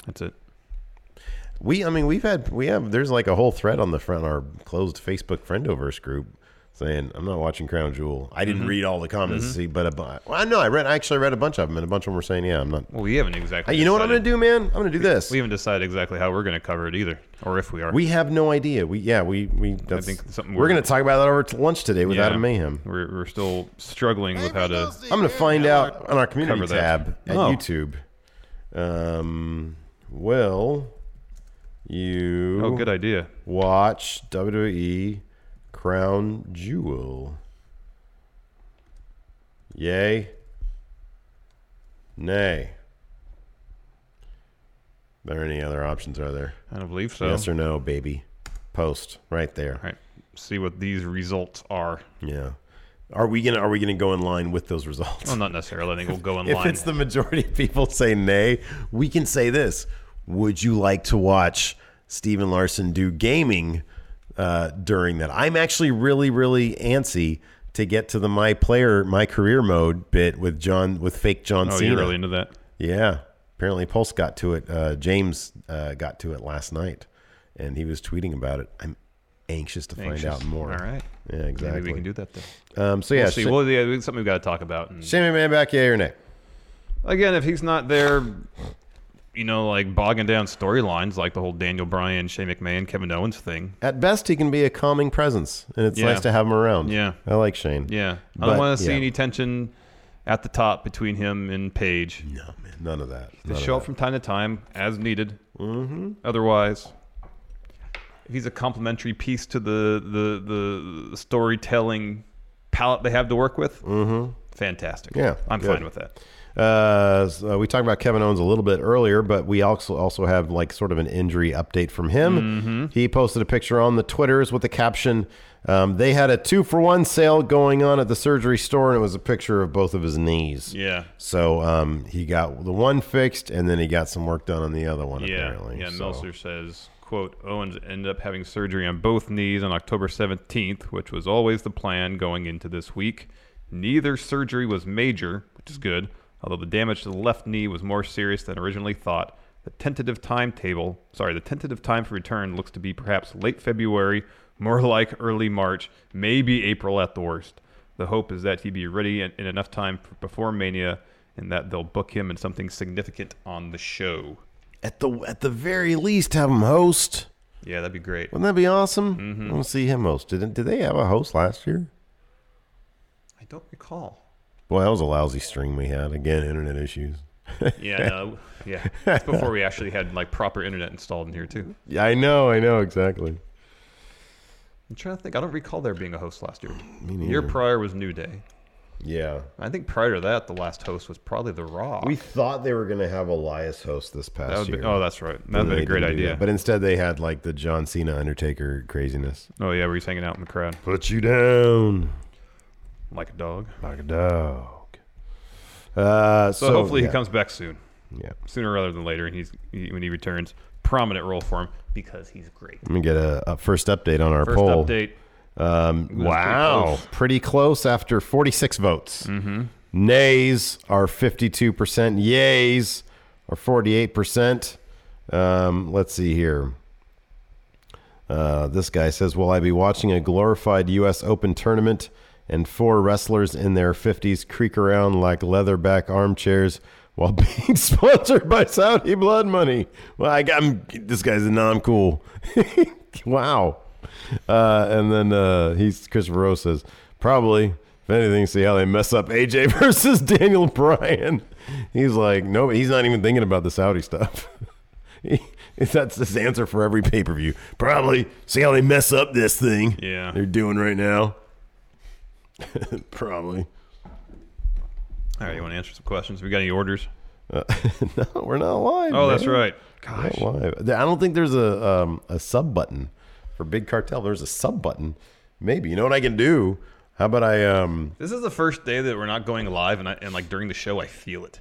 [SPEAKER 12] That's it.
[SPEAKER 11] We, I mean, we've had, we have, there's like a whole thread on the front, our closed Facebook friendoverse group saying, I'm not watching Crown Jewel. I didn't
[SPEAKER 12] Mhm.
[SPEAKER 11] read all the comments,
[SPEAKER 12] Mhm.
[SPEAKER 11] see, but a, bu- well, I know I read, I actually read a bunch of them, and a bunch of them were saying, yeah, I'm not.
[SPEAKER 12] Well, we haven't exactly.
[SPEAKER 11] Hey, you know what I'm
[SPEAKER 12] decided-
[SPEAKER 11] gonna do, man? I'm gonna do
[SPEAKER 12] we-
[SPEAKER 11] this.
[SPEAKER 12] We haven't decided exactly how we're gonna cover it either, or if we are.
[SPEAKER 11] We have no idea. We, yeah, we, we, that's,
[SPEAKER 12] think something
[SPEAKER 11] we're
[SPEAKER 12] we're-
[SPEAKER 11] going to talk about that over t- lunch today with
[SPEAKER 12] Yeah.
[SPEAKER 11] Adam Mayhem.
[SPEAKER 12] We're, we're still struggling with how to.
[SPEAKER 11] I'm going to find out on our community
[SPEAKER 12] Cover that.
[SPEAKER 11] tab at
[SPEAKER 12] Oh.
[SPEAKER 11] YouTube. Um, well, you.
[SPEAKER 12] Oh, good idea.
[SPEAKER 11] Watch WWE Crown Jewel. Yay. Nay. Are there any other options? Are there?
[SPEAKER 12] I don't believe so.
[SPEAKER 11] Yes or no, baby. Post right there.
[SPEAKER 12] All right. See what these results are.
[SPEAKER 11] Yeah. Are we gonna Are we gonna go in line with those results?
[SPEAKER 12] Well, not necessarily. I think we'll go in
[SPEAKER 11] if
[SPEAKER 12] line.
[SPEAKER 11] it's the majority of people say nay, we can say this. Would you like to watch Steven Larson do gaming uh, during that? I'm actually really, really antsy to get to the my player, my career mode bit with John with fake John
[SPEAKER 12] oh,
[SPEAKER 11] Cena.
[SPEAKER 12] you're really into that.
[SPEAKER 11] Yeah. Apparently, Pulse got to it. Uh, James uh, got to it last night, and he was tweeting about it. I'm anxious to find
[SPEAKER 12] Anxious.
[SPEAKER 11] out more.
[SPEAKER 12] All right.
[SPEAKER 11] Yeah, exactly.
[SPEAKER 12] Maybe we can do that then.
[SPEAKER 11] Um, so yeah,
[SPEAKER 12] We'll see.
[SPEAKER 11] Sha-
[SPEAKER 12] Well, yeah, it's something we've got to talk about. And
[SPEAKER 11] Shane McMahon back, yay or nay?
[SPEAKER 12] again, if he's not there, you know, like bogging down storylines like the whole Daniel Bryan, Shane McMahon, Kevin Owens thing.
[SPEAKER 11] At best, he can be a calming presence, and it's
[SPEAKER 12] Yeah.
[SPEAKER 11] nice to have him around.
[SPEAKER 12] Yeah.
[SPEAKER 11] I like Shane.
[SPEAKER 12] Yeah, I
[SPEAKER 11] But,
[SPEAKER 12] don't want to see
[SPEAKER 11] yeah,
[SPEAKER 12] any tension at the top between him and Paige.
[SPEAKER 11] No, man, none of that.
[SPEAKER 12] They
[SPEAKER 11] None of
[SPEAKER 12] show up from time to time as needed. Mm-hmm. Otherwise, if he's a complimentary piece to the the, the storytelling palette they have to work with, mm-hmm. fantastic.
[SPEAKER 11] Yeah,
[SPEAKER 12] I'm
[SPEAKER 11] good.
[SPEAKER 12] fine with that.
[SPEAKER 11] Uh, so we talked about Kevin Owens a little bit earlier, but we also also have like sort of an injury update from
[SPEAKER 12] Mm-hmm.
[SPEAKER 11] him. He posted a picture on the Twitters with the caption. Um, they had a two for one sale going on at the surgery store, and it was a picture of both of his knees.
[SPEAKER 12] Yeah.
[SPEAKER 11] So um, he got the one fixed, and then he got some work done on the other one.
[SPEAKER 12] yeah,
[SPEAKER 11] apparently.
[SPEAKER 12] yeah.
[SPEAKER 11] So-
[SPEAKER 12] Meltzer says, "quote Owens ended up having surgery on both knees on October 17th, which was always the plan going into this week. Neither surgery was major, which is good, although the damage to the left knee was more serious than originally thought. The tentative timetable, sorry, the tentative time for return looks to be perhaps late February, more like early March, maybe April at the worst. The hope is that he be ready in, in enough time for, before Mania." And that they'll book him in something significant on the show.
[SPEAKER 11] at the at the very least, have him host.
[SPEAKER 12] Yeah, that'd be great.
[SPEAKER 11] Wouldn't that be awesome?
[SPEAKER 12] Mm-hmm.
[SPEAKER 11] I want to see him host. Did, did they have a host last year?
[SPEAKER 12] I don't recall.
[SPEAKER 11] Boy, that was a lousy string we had. Again, internet issues.
[SPEAKER 12] Yeah, no, yeah. It's before we actually had like proper internet installed in here too.
[SPEAKER 11] Yeah, I know, I know, exactly.
[SPEAKER 12] I'm trying to think. I don't recall there being a host last year.
[SPEAKER 11] Me neither.
[SPEAKER 12] Year prior was New Day.
[SPEAKER 11] Yeah.
[SPEAKER 12] I think prior to that, the last host was probably The Raw.
[SPEAKER 11] We thought they were going to have Elias host this past
[SPEAKER 12] That would be-
[SPEAKER 11] year.
[SPEAKER 12] oh, that's right. That'd
[SPEAKER 11] But
[SPEAKER 12] been a
[SPEAKER 11] they
[SPEAKER 12] great
[SPEAKER 11] didn't do
[SPEAKER 12] idea.
[SPEAKER 11] But instead, they had like the John Cena Undertaker craziness.
[SPEAKER 12] oh yeah, where he's hanging out in the crowd
[SPEAKER 11] Put you down
[SPEAKER 12] like a dog.
[SPEAKER 11] like a dog. Uh,
[SPEAKER 12] So,
[SPEAKER 11] so,
[SPEAKER 12] hopefully
[SPEAKER 11] yeah.
[SPEAKER 12] he comes back soon.
[SPEAKER 11] Yeah.
[SPEAKER 12] Sooner rather than later, and he's he, when he returns, prominent role for him because he's great.
[SPEAKER 11] Let me get a, a first update on our
[SPEAKER 12] First
[SPEAKER 11] poll.
[SPEAKER 12] update.
[SPEAKER 11] Um, wow. Pretty close. after 46 votes.
[SPEAKER 12] Mm-hmm.
[SPEAKER 11] Nays are 52%. Yays are 48%. Um, let's see here. Uh, this guy says, Will I be watching a glorified U.S. Open tournament and four wrestlers in their 50s creak around like leatherback armchairs while being sponsored by Saudi Blood Money? Well, I, am this guy's a non cool. wow. Uh, and then uh, he's Christopher Rose says, Probably. If anything, see how they mess up AJ versus Daniel Bryan. He's like, no, he's not even thinking about the Saudi stuff. He- That's his answer for every pay per view. Probably see how they mess up this thing.
[SPEAKER 12] Yeah.
[SPEAKER 11] They're doing right now. Probably.
[SPEAKER 12] All right, you want to answer some questions? We got any orders?
[SPEAKER 11] Uh, no, we're not live.
[SPEAKER 12] Oh, that's
[SPEAKER 11] man.
[SPEAKER 12] right.
[SPEAKER 11] We're not live. I don't think there's a um, a sub button for Big Cartel. There's a sub button. Maybe. You know what I can do? How about I um
[SPEAKER 12] This is the first day that we're not going live, and I, and like during the show, I feel it.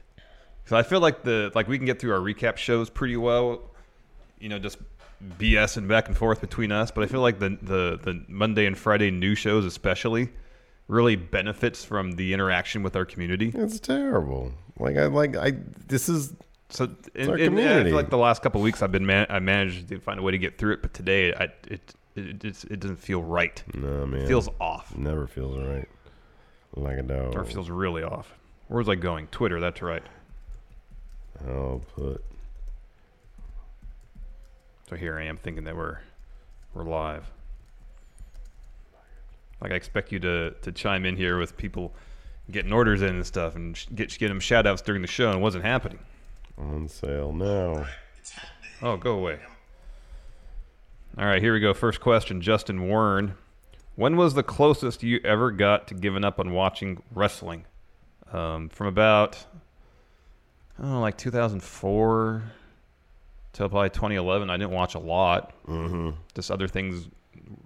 [SPEAKER 12] Because I feel like the like we can get through our recap shows pretty well, you know, just BS and back and forth between us. But I feel like the the the Monday and Friday news shows especially really benefits from the interaction with our community.
[SPEAKER 11] It's terrible. Like I like I this is
[SPEAKER 12] so and,
[SPEAKER 11] our
[SPEAKER 12] and- and I
[SPEAKER 11] community.
[SPEAKER 12] feel like the last couple of weeks I've been man- I managed to find a way to get through it, but today I it it, it's it doesn't feel right.
[SPEAKER 11] No oh, man.
[SPEAKER 12] it feels off.
[SPEAKER 11] Never feels right. Like a dog.
[SPEAKER 12] Or it feels really off. Where was I going? Twitter. That's right.
[SPEAKER 11] I'll put
[SPEAKER 12] So here I am thinking that we're we're live. Like I expect you to to chime in here with people getting orders in and stuff, and sh- get get them shout outs during the show, and it wasn't happening.
[SPEAKER 11] on sale now.
[SPEAKER 12] Oh, go away. All right, here we go. First question, Justin Wern. When was the closest you ever got to giving up on watching wrestling? Um, from about, I don't know, like 2004 till probably 2011. I didn't watch a lot. Mm-hmm. Just other things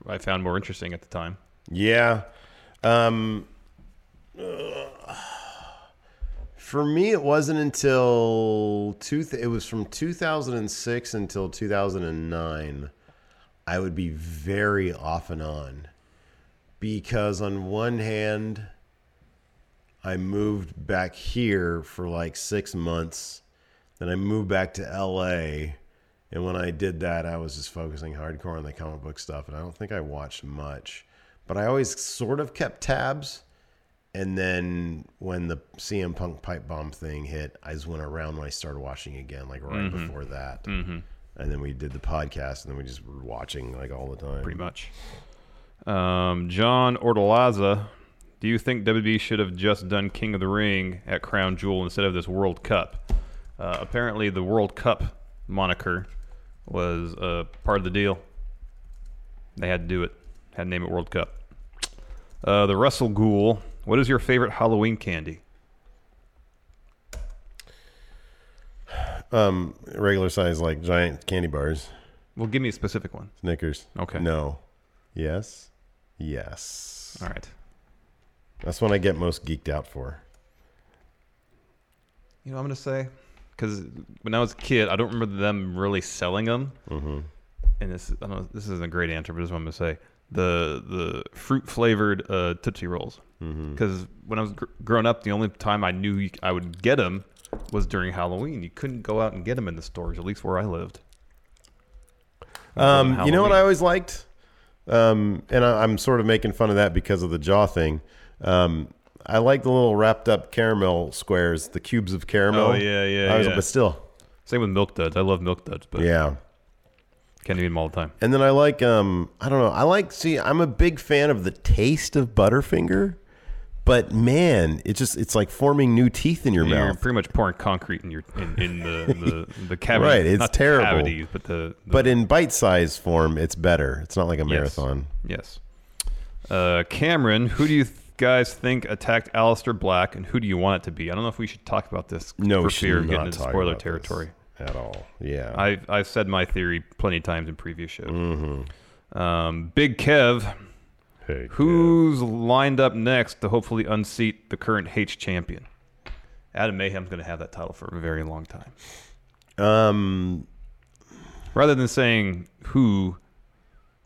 [SPEAKER 12] I found more interesting at the time.
[SPEAKER 11] Yeah. Um, for me, it wasn't until two. It was from 2006 until 2009. I would be very off and on because on one hand, I moved back here for like six months. Then I moved back to LA. And when I did that, I was just focusing hardcore on the comic book stuff. And I don't think I watched much. But I always sort of kept tabs. And then when the CM Punk pipe bomb thing hit, I just went around when I started watching again, like right
[SPEAKER 12] Mhm.
[SPEAKER 11] before that.
[SPEAKER 12] Mhm.
[SPEAKER 11] And then we did the podcast, and then we just were watching like all the time.
[SPEAKER 12] Pretty much. Um, John Ortolaza, do you think WWE should have just done King of the Ring at Crown Jewel instead of this World Cup? Uh, apparently, the World Cup moniker was uh, part of the deal. They had to do it. Had to name it World Cup. Uh, the Russell Ghoul. What is your favorite Halloween candy?
[SPEAKER 11] Um, regular size, like giant candy bars.
[SPEAKER 12] Well, give me a specific one.
[SPEAKER 11] Snickers.
[SPEAKER 12] Okay.
[SPEAKER 11] No. Yes. Yes.
[SPEAKER 12] All right.
[SPEAKER 11] That's what I get most geeked out for.
[SPEAKER 12] You know what I'm gonna say? Because when I was a kid, I don't remember them really selling them. Mm-hmm. And this, I don't know, this isn't a great answer, but this is what I'm gonna say: the the fruit flavored uh, tootsie rolls.
[SPEAKER 11] Mm-hmm.
[SPEAKER 12] Because when I was gr- growing up, the only time I knew you, I would get them was during Halloween. You couldn't go out and get them in the stores, at least where I lived.
[SPEAKER 11] Um,
[SPEAKER 12] Halloween.
[SPEAKER 11] you know what I always liked, um, and I, I'm sort of making fun of that because of the jaw thing. Um, I like the little wrapped up caramel squares, the cubes of caramel.
[SPEAKER 12] Oh yeah, yeah.
[SPEAKER 11] I was,
[SPEAKER 12] yeah.
[SPEAKER 11] But still,
[SPEAKER 12] same with milk duds. I love milk duds, but
[SPEAKER 11] yeah.
[SPEAKER 12] can't eat them all the time.
[SPEAKER 11] And then I like um I don't know. I like see I'm a big fan of the taste of Butterfinger, but man, it just it's like forming new teeth in your
[SPEAKER 12] You're
[SPEAKER 11] mouth.
[SPEAKER 12] pretty much pouring concrete in your in, in the the, the cavity.
[SPEAKER 11] Right, it's
[SPEAKER 12] not the
[SPEAKER 11] terrible.
[SPEAKER 12] cavities, but the
[SPEAKER 11] But in bite size form, it's better. It's not like a marathon.
[SPEAKER 12] Yes. Uh, Cameron, who do you th- guys think attacked Alistair Black, and who do you want it to be? I don't know if we should talk about this
[SPEAKER 11] No,
[SPEAKER 12] for
[SPEAKER 11] we should
[SPEAKER 12] fear of
[SPEAKER 11] not
[SPEAKER 12] getting into
[SPEAKER 11] talk
[SPEAKER 12] spoiler
[SPEAKER 11] about this
[SPEAKER 12] territory
[SPEAKER 11] at all. Yeah.
[SPEAKER 12] I've I've said my theory plenty of times in previous shows.
[SPEAKER 11] Mm-hmm.
[SPEAKER 12] Um, Big Kev, who's lined up next to hopefully unseat the current H champion? Adam Mayhem's going to have that title for a very long time.
[SPEAKER 11] Um,
[SPEAKER 12] um, rather than saying who,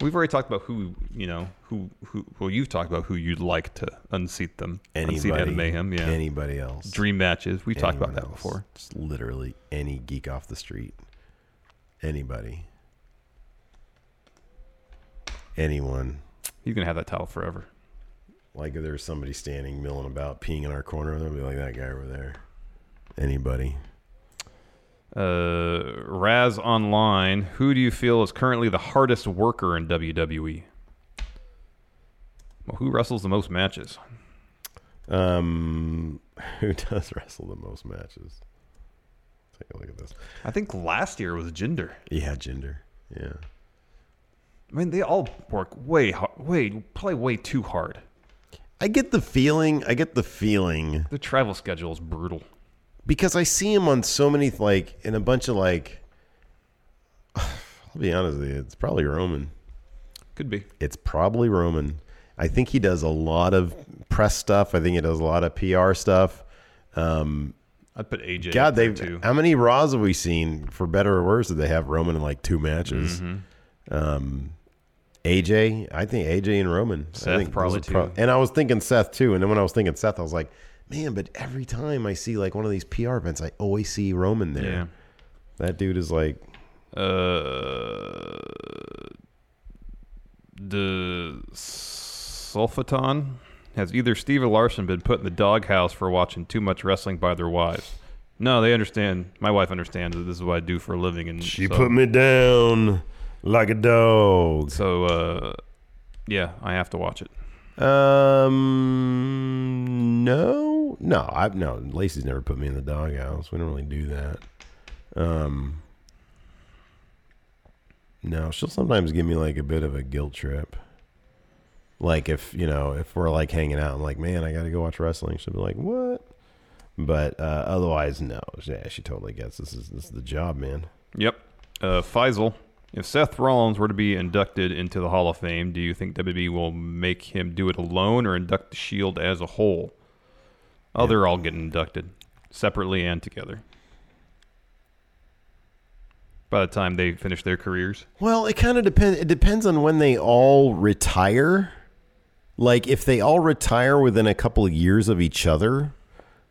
[SPEAKER 12] We've already talked about who you know who who. Well, you've talked about who you'd like to unseat them. unseat
[SPEAKER 11] Anybody.
[SPEAKER 12] Adam Mayhem. Yeah.
[SPEAKER 11] Anybody else.
[SPEAKER 12] Dream matches. We talked about
[SPEAKER 11] Anyone
[SPEAKER 12] that
[SPEAKER 11] else.
[SPEAKER 12] before.
[SPEAKER 11] Just literally any geek off the street. Anybody. Anyone.
[SPEAKER 12] He's gonna have that title forever.
[SPEAKER 11] Like if there was somebody standing milling about peeing in our corner, they'll be like that guy over there. Anybody.
[SPEAKER 12] Uh, Raz Online. Who do you feel is currently the hardest worker in WWE? Well, who wrestles the most matches?
[SPEAKER 11] Um, who does wrestle the most matches? Take a look at this.
[SPEAKER 12] I think last year was Gender.
[SPEAKER 11] Yeah, gender. Yeah.
[SPEAKER 12] I mean, they all work way hard, way play way too hard.
[SPEAKER 11] I get the feeling. I get the feeling
[SPEAKER 12] The travel schedule is brutal.
[SPEAKER 11] because I see him on so many like in a bunch of like. I'll be honest with you. It's probably Roman.
[SPEAKER 12] Could be.
[SPEAKER 11] It's probably Roman. I think he does a lot of press stuff. I think he does a lot of PR stuff. Um,
[SPEAKER 12] I'd put AJ.
[SPEAKER 11] God,
[SPEAKER 12] up there,
[SPEAKER 11] they've
[SPEAKER 12] too.
[SPEAKER 11] how many Raws have we seen for better or worse? Did they have Roman in like two matches?
[SPEAKER 12] Mhm.
[SPEAKER 11] Um, AJ, I think AJ and Roman. I
[SPEAKER 12] Seth
[SPEAKER 11] think those
[SPEAKER 12] probably,
[SPEAKER 11] are pro-
[SPEAKER 12] too.
[SPEAKER 11] and I was thinking Seth too. And then when I was thinking Seth, I was like, man, but every time I see like one of these PR events, I always see Roman there.
[SPEAKER 12] Yeah.
[SPEAKER 11] That dude is like,
[SPEAKER 12] Uh, the Sulfaton has either Steve or Larson been put in the doghouse for watching too much wrestling by their wives? No, they understand. My wife understands that this is what I do for a living, and
[SPEAKER 11] she
[SPEAKER 12] so-
[SPEAKER 11] put me down like a dog.
[SPEAKER 12] So, uh, yeah, I have to watch it.
[SPEAKER 11] Um, no, no, I've no. Lacey's never put me in the doghouse. We don't really do that. Um, no, she'll sometimes give me like a bit of a guilt trip. Like if you know if we're like hanging out, I'm like, man, I got to go watch wrestling. She'll be like, what? But uh, otherwise, no. Yeah, she totally gets this is this is the job, man.
[SPEAKER 12] Yep. Uh, Faisal, if Seth Rollins were to be inducted into the Hall of Fame, do you think WWE will make him do it alone or induct the Shield as a whole? Oh, they're all getting inducted separately and together. By the time they finish their careers,
[SPEAKER 11] Well, it kind of depends. It depends on when they all retire. Like, if they all retire within a couple of years of each other,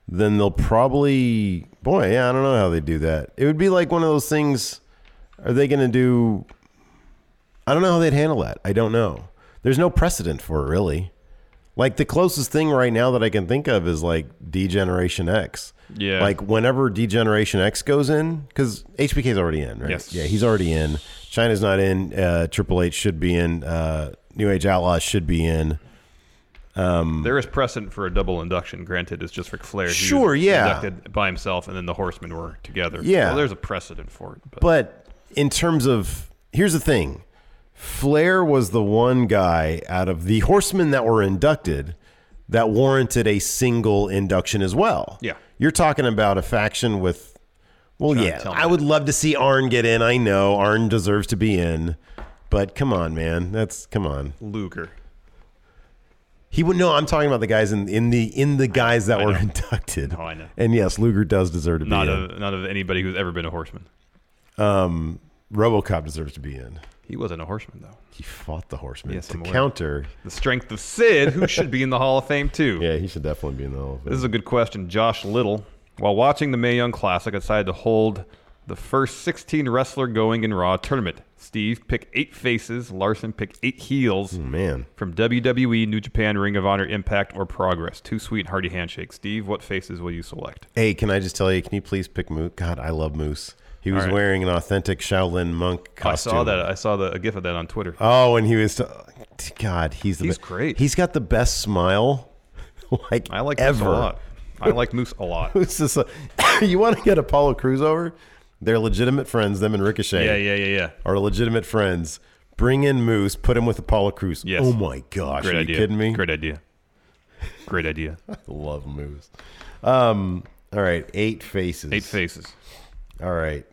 [SPEAKER 11] then they'll probably. Boy, yeah, I don't know how they do that. It would be like one of those things. Are they going to do? I don't know how they'd handle that. I don't know. There's no precedent for it, really. Like the closest thing right now that I can think of is like D Generation X.
[SPEAKER 12] Yeah.
[SPEAKER 11] Like whenever D Generation X goes in, because HBK's already in, right?
[SPEAKER 12] Yes.
[SPEAKER 11] Yeah, he's already in. China's not in. Uh, Triple H should be in. Uh, New Age Outlaws should be in. Um,
[SPEAKER 12] there is precedent for a double induction. Granted, it's just Ric Flair. He was
[SPEAKER 11] Sure, yeah.
[SPEAKER 12] Inducted by himself, and then the Horsemen were together.
[SPEAKER 11] Yeah.
[SPEAKER 12] So there's a precedent for it. But,
[SPEAKER 11] But in terms of here's the thing, Flair was the one guy out of the horsemen that were inducted that warranted a single induction as well.
[SPEAKER 12] Yeah.
[SPEAKER 11] You're talking about a faction with well,
[SPEAKER 12] Trying to
[SPEAKER 11] yeah.
[SPEAKER 12] tell me
[SPEAKER 11] I would love to see Arn get in. I know Arn deserves to be in. But come on, man. That's come on.
[SPEAKER 12] Luger.
[SPEAKER 11] He would no, I'm talking about the guys in in the in the guys that were inducted.
[SPEAKER 12] Oh, I know.
[SPEAKER 11] And yes, Luger does deserve to
[SPEAKER 12] Not
[SPEAKER 11] be
[SPEAKER 12] of not of anybody who's ever been a Horseman.
[SPEAKER 11] in. Um RoboCop deserves to be in.
[SPEAKER 12] He wasn't a Horseman though.
[SPEAKER 11] He fought the Horseman
[SPEAKER 12] Yes,
[SPEAKER 11] to
[SPEAKER 12] I'm aware.
[SPEAKER 11] counter.
[SPEAKER 12] The strength of Sid, who should be in the Hall of Fame too.
[SPEAKER 11] Yeah, he should definitely be in the Hall of Fame.
[SPEAKER 12] This is a good question. Josh Little, while watching the Mae Young Classic, I decided to hold the first 16 wrestler going in Raw tournament. Steve pick eight faces, Larson pick eight heels.
[SPEAKER 11] man.
[SPEAKER 12] From WWE, New Japan, Ring of Honor, Impact, or Progress. Two sweet and hearty handshakes. Steve, what faces will you select?
[SPEAKER 11] Hey, can I just tell you? Can you please pick Moose? God, I love Moose. He was
[SPEAKER 12] All right.
[SPEAKER 11] wearing an authentic Shaolin monk costume.
[SPEAKER 12] Oh, I saw that. I saw the, a gif of that on Twitter.
[SPEAKER 11] Oh, and he was. God, he's the
[SPEAKER 12] He's
[SPEAKER 11] be-
[SPEAKER 12] great.
[SPEAKER 11] He's got the best smile, like
[SPEAKER 12] I like
[SPEAKER 11] ever.
[SPEAKER 12] Moose a lot. I like Moose a lot.
[SPEAKER 11] Moose is a- you want to get Apollo Cruz over? They're legitimate friends. Them and Ricochet.
[SPEAKER 12] Yeah, yeah, yeah, yeah.
[SPEAKER 11] Are legitimate friends. Bring in Moose. Put him with Apollo Cruz.
[SPEAKER 12] Yes.
[SPEAKER 11] Oh my gosh!
[SPEAKER 12] Great
[SPEAKER 11] are you
[SPEAKER 12] idea.
[SPEAKER 11] kidding me?
[SPEAKER 12] Great idea. Great idea.
[SPEAKER 11] Love moves. Um, all right, eight faces.
[SPEAKER 12] Eight faces.
[SPEAKER 11] All right.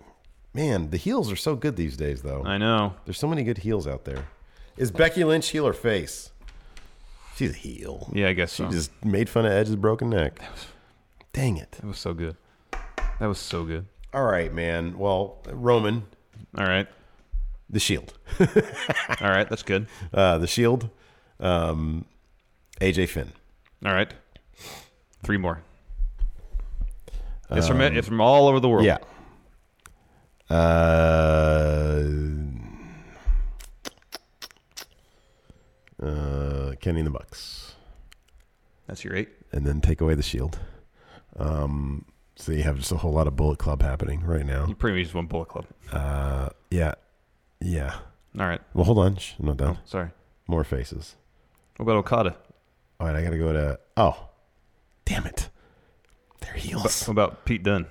[SPEAKER 11] Man, the heels are so good these days though.
[SPEAKER 12] I know.
[SPEAKER 11] There's so many good heels out there. Is Becky Lynch heel or face? She's a heel.
[SPEAKER 12] Yeah, I guess
[SPEAKER 11] She
[SPEAKER 12] so.
[SPEAKER 11] just made fun of Edge's broken neck. Dang it.
[SPEAKER 12] That was so good. That was so good.
[SPEAKER 11] All right, man. Well, Roman.
[SPEAKER 12] All right.
[SPEAKER 11] The Shield.
[SPEAKER 12] All right, that's good.
[SPEAKER 11] Uh, the Shield. Um, AJ Finn.
[SPEAKER 12] All right. Three more. It's from it's from all over the world.
[SPEAKER 11] Um, Yeah. Uh, uh, Kenny and the Bucks.
[SPEAKER 12] That's your eight.
[SPEAKER 11] And then take away the shield. Um, so you have just a whole lot of Bullet Club happening right now.
[SPEAKER 12] You pretty much just won Bullet Club.
[SPEAKER 11] Uh, yeah, yeah.
[SPEAKER 12] All right.
[SPEAKER 11] Well, hold on. Shh, I'm not done.
[SPEAKER 12] sorry.
[SPEAKER 11] More faces.
[SPEAKER 12] What about Okada?
[SPEAKER 11] All right, I gotta go to. Oh, damn it! They're heels.
[SPEAKER 12] What about Pete Dunne?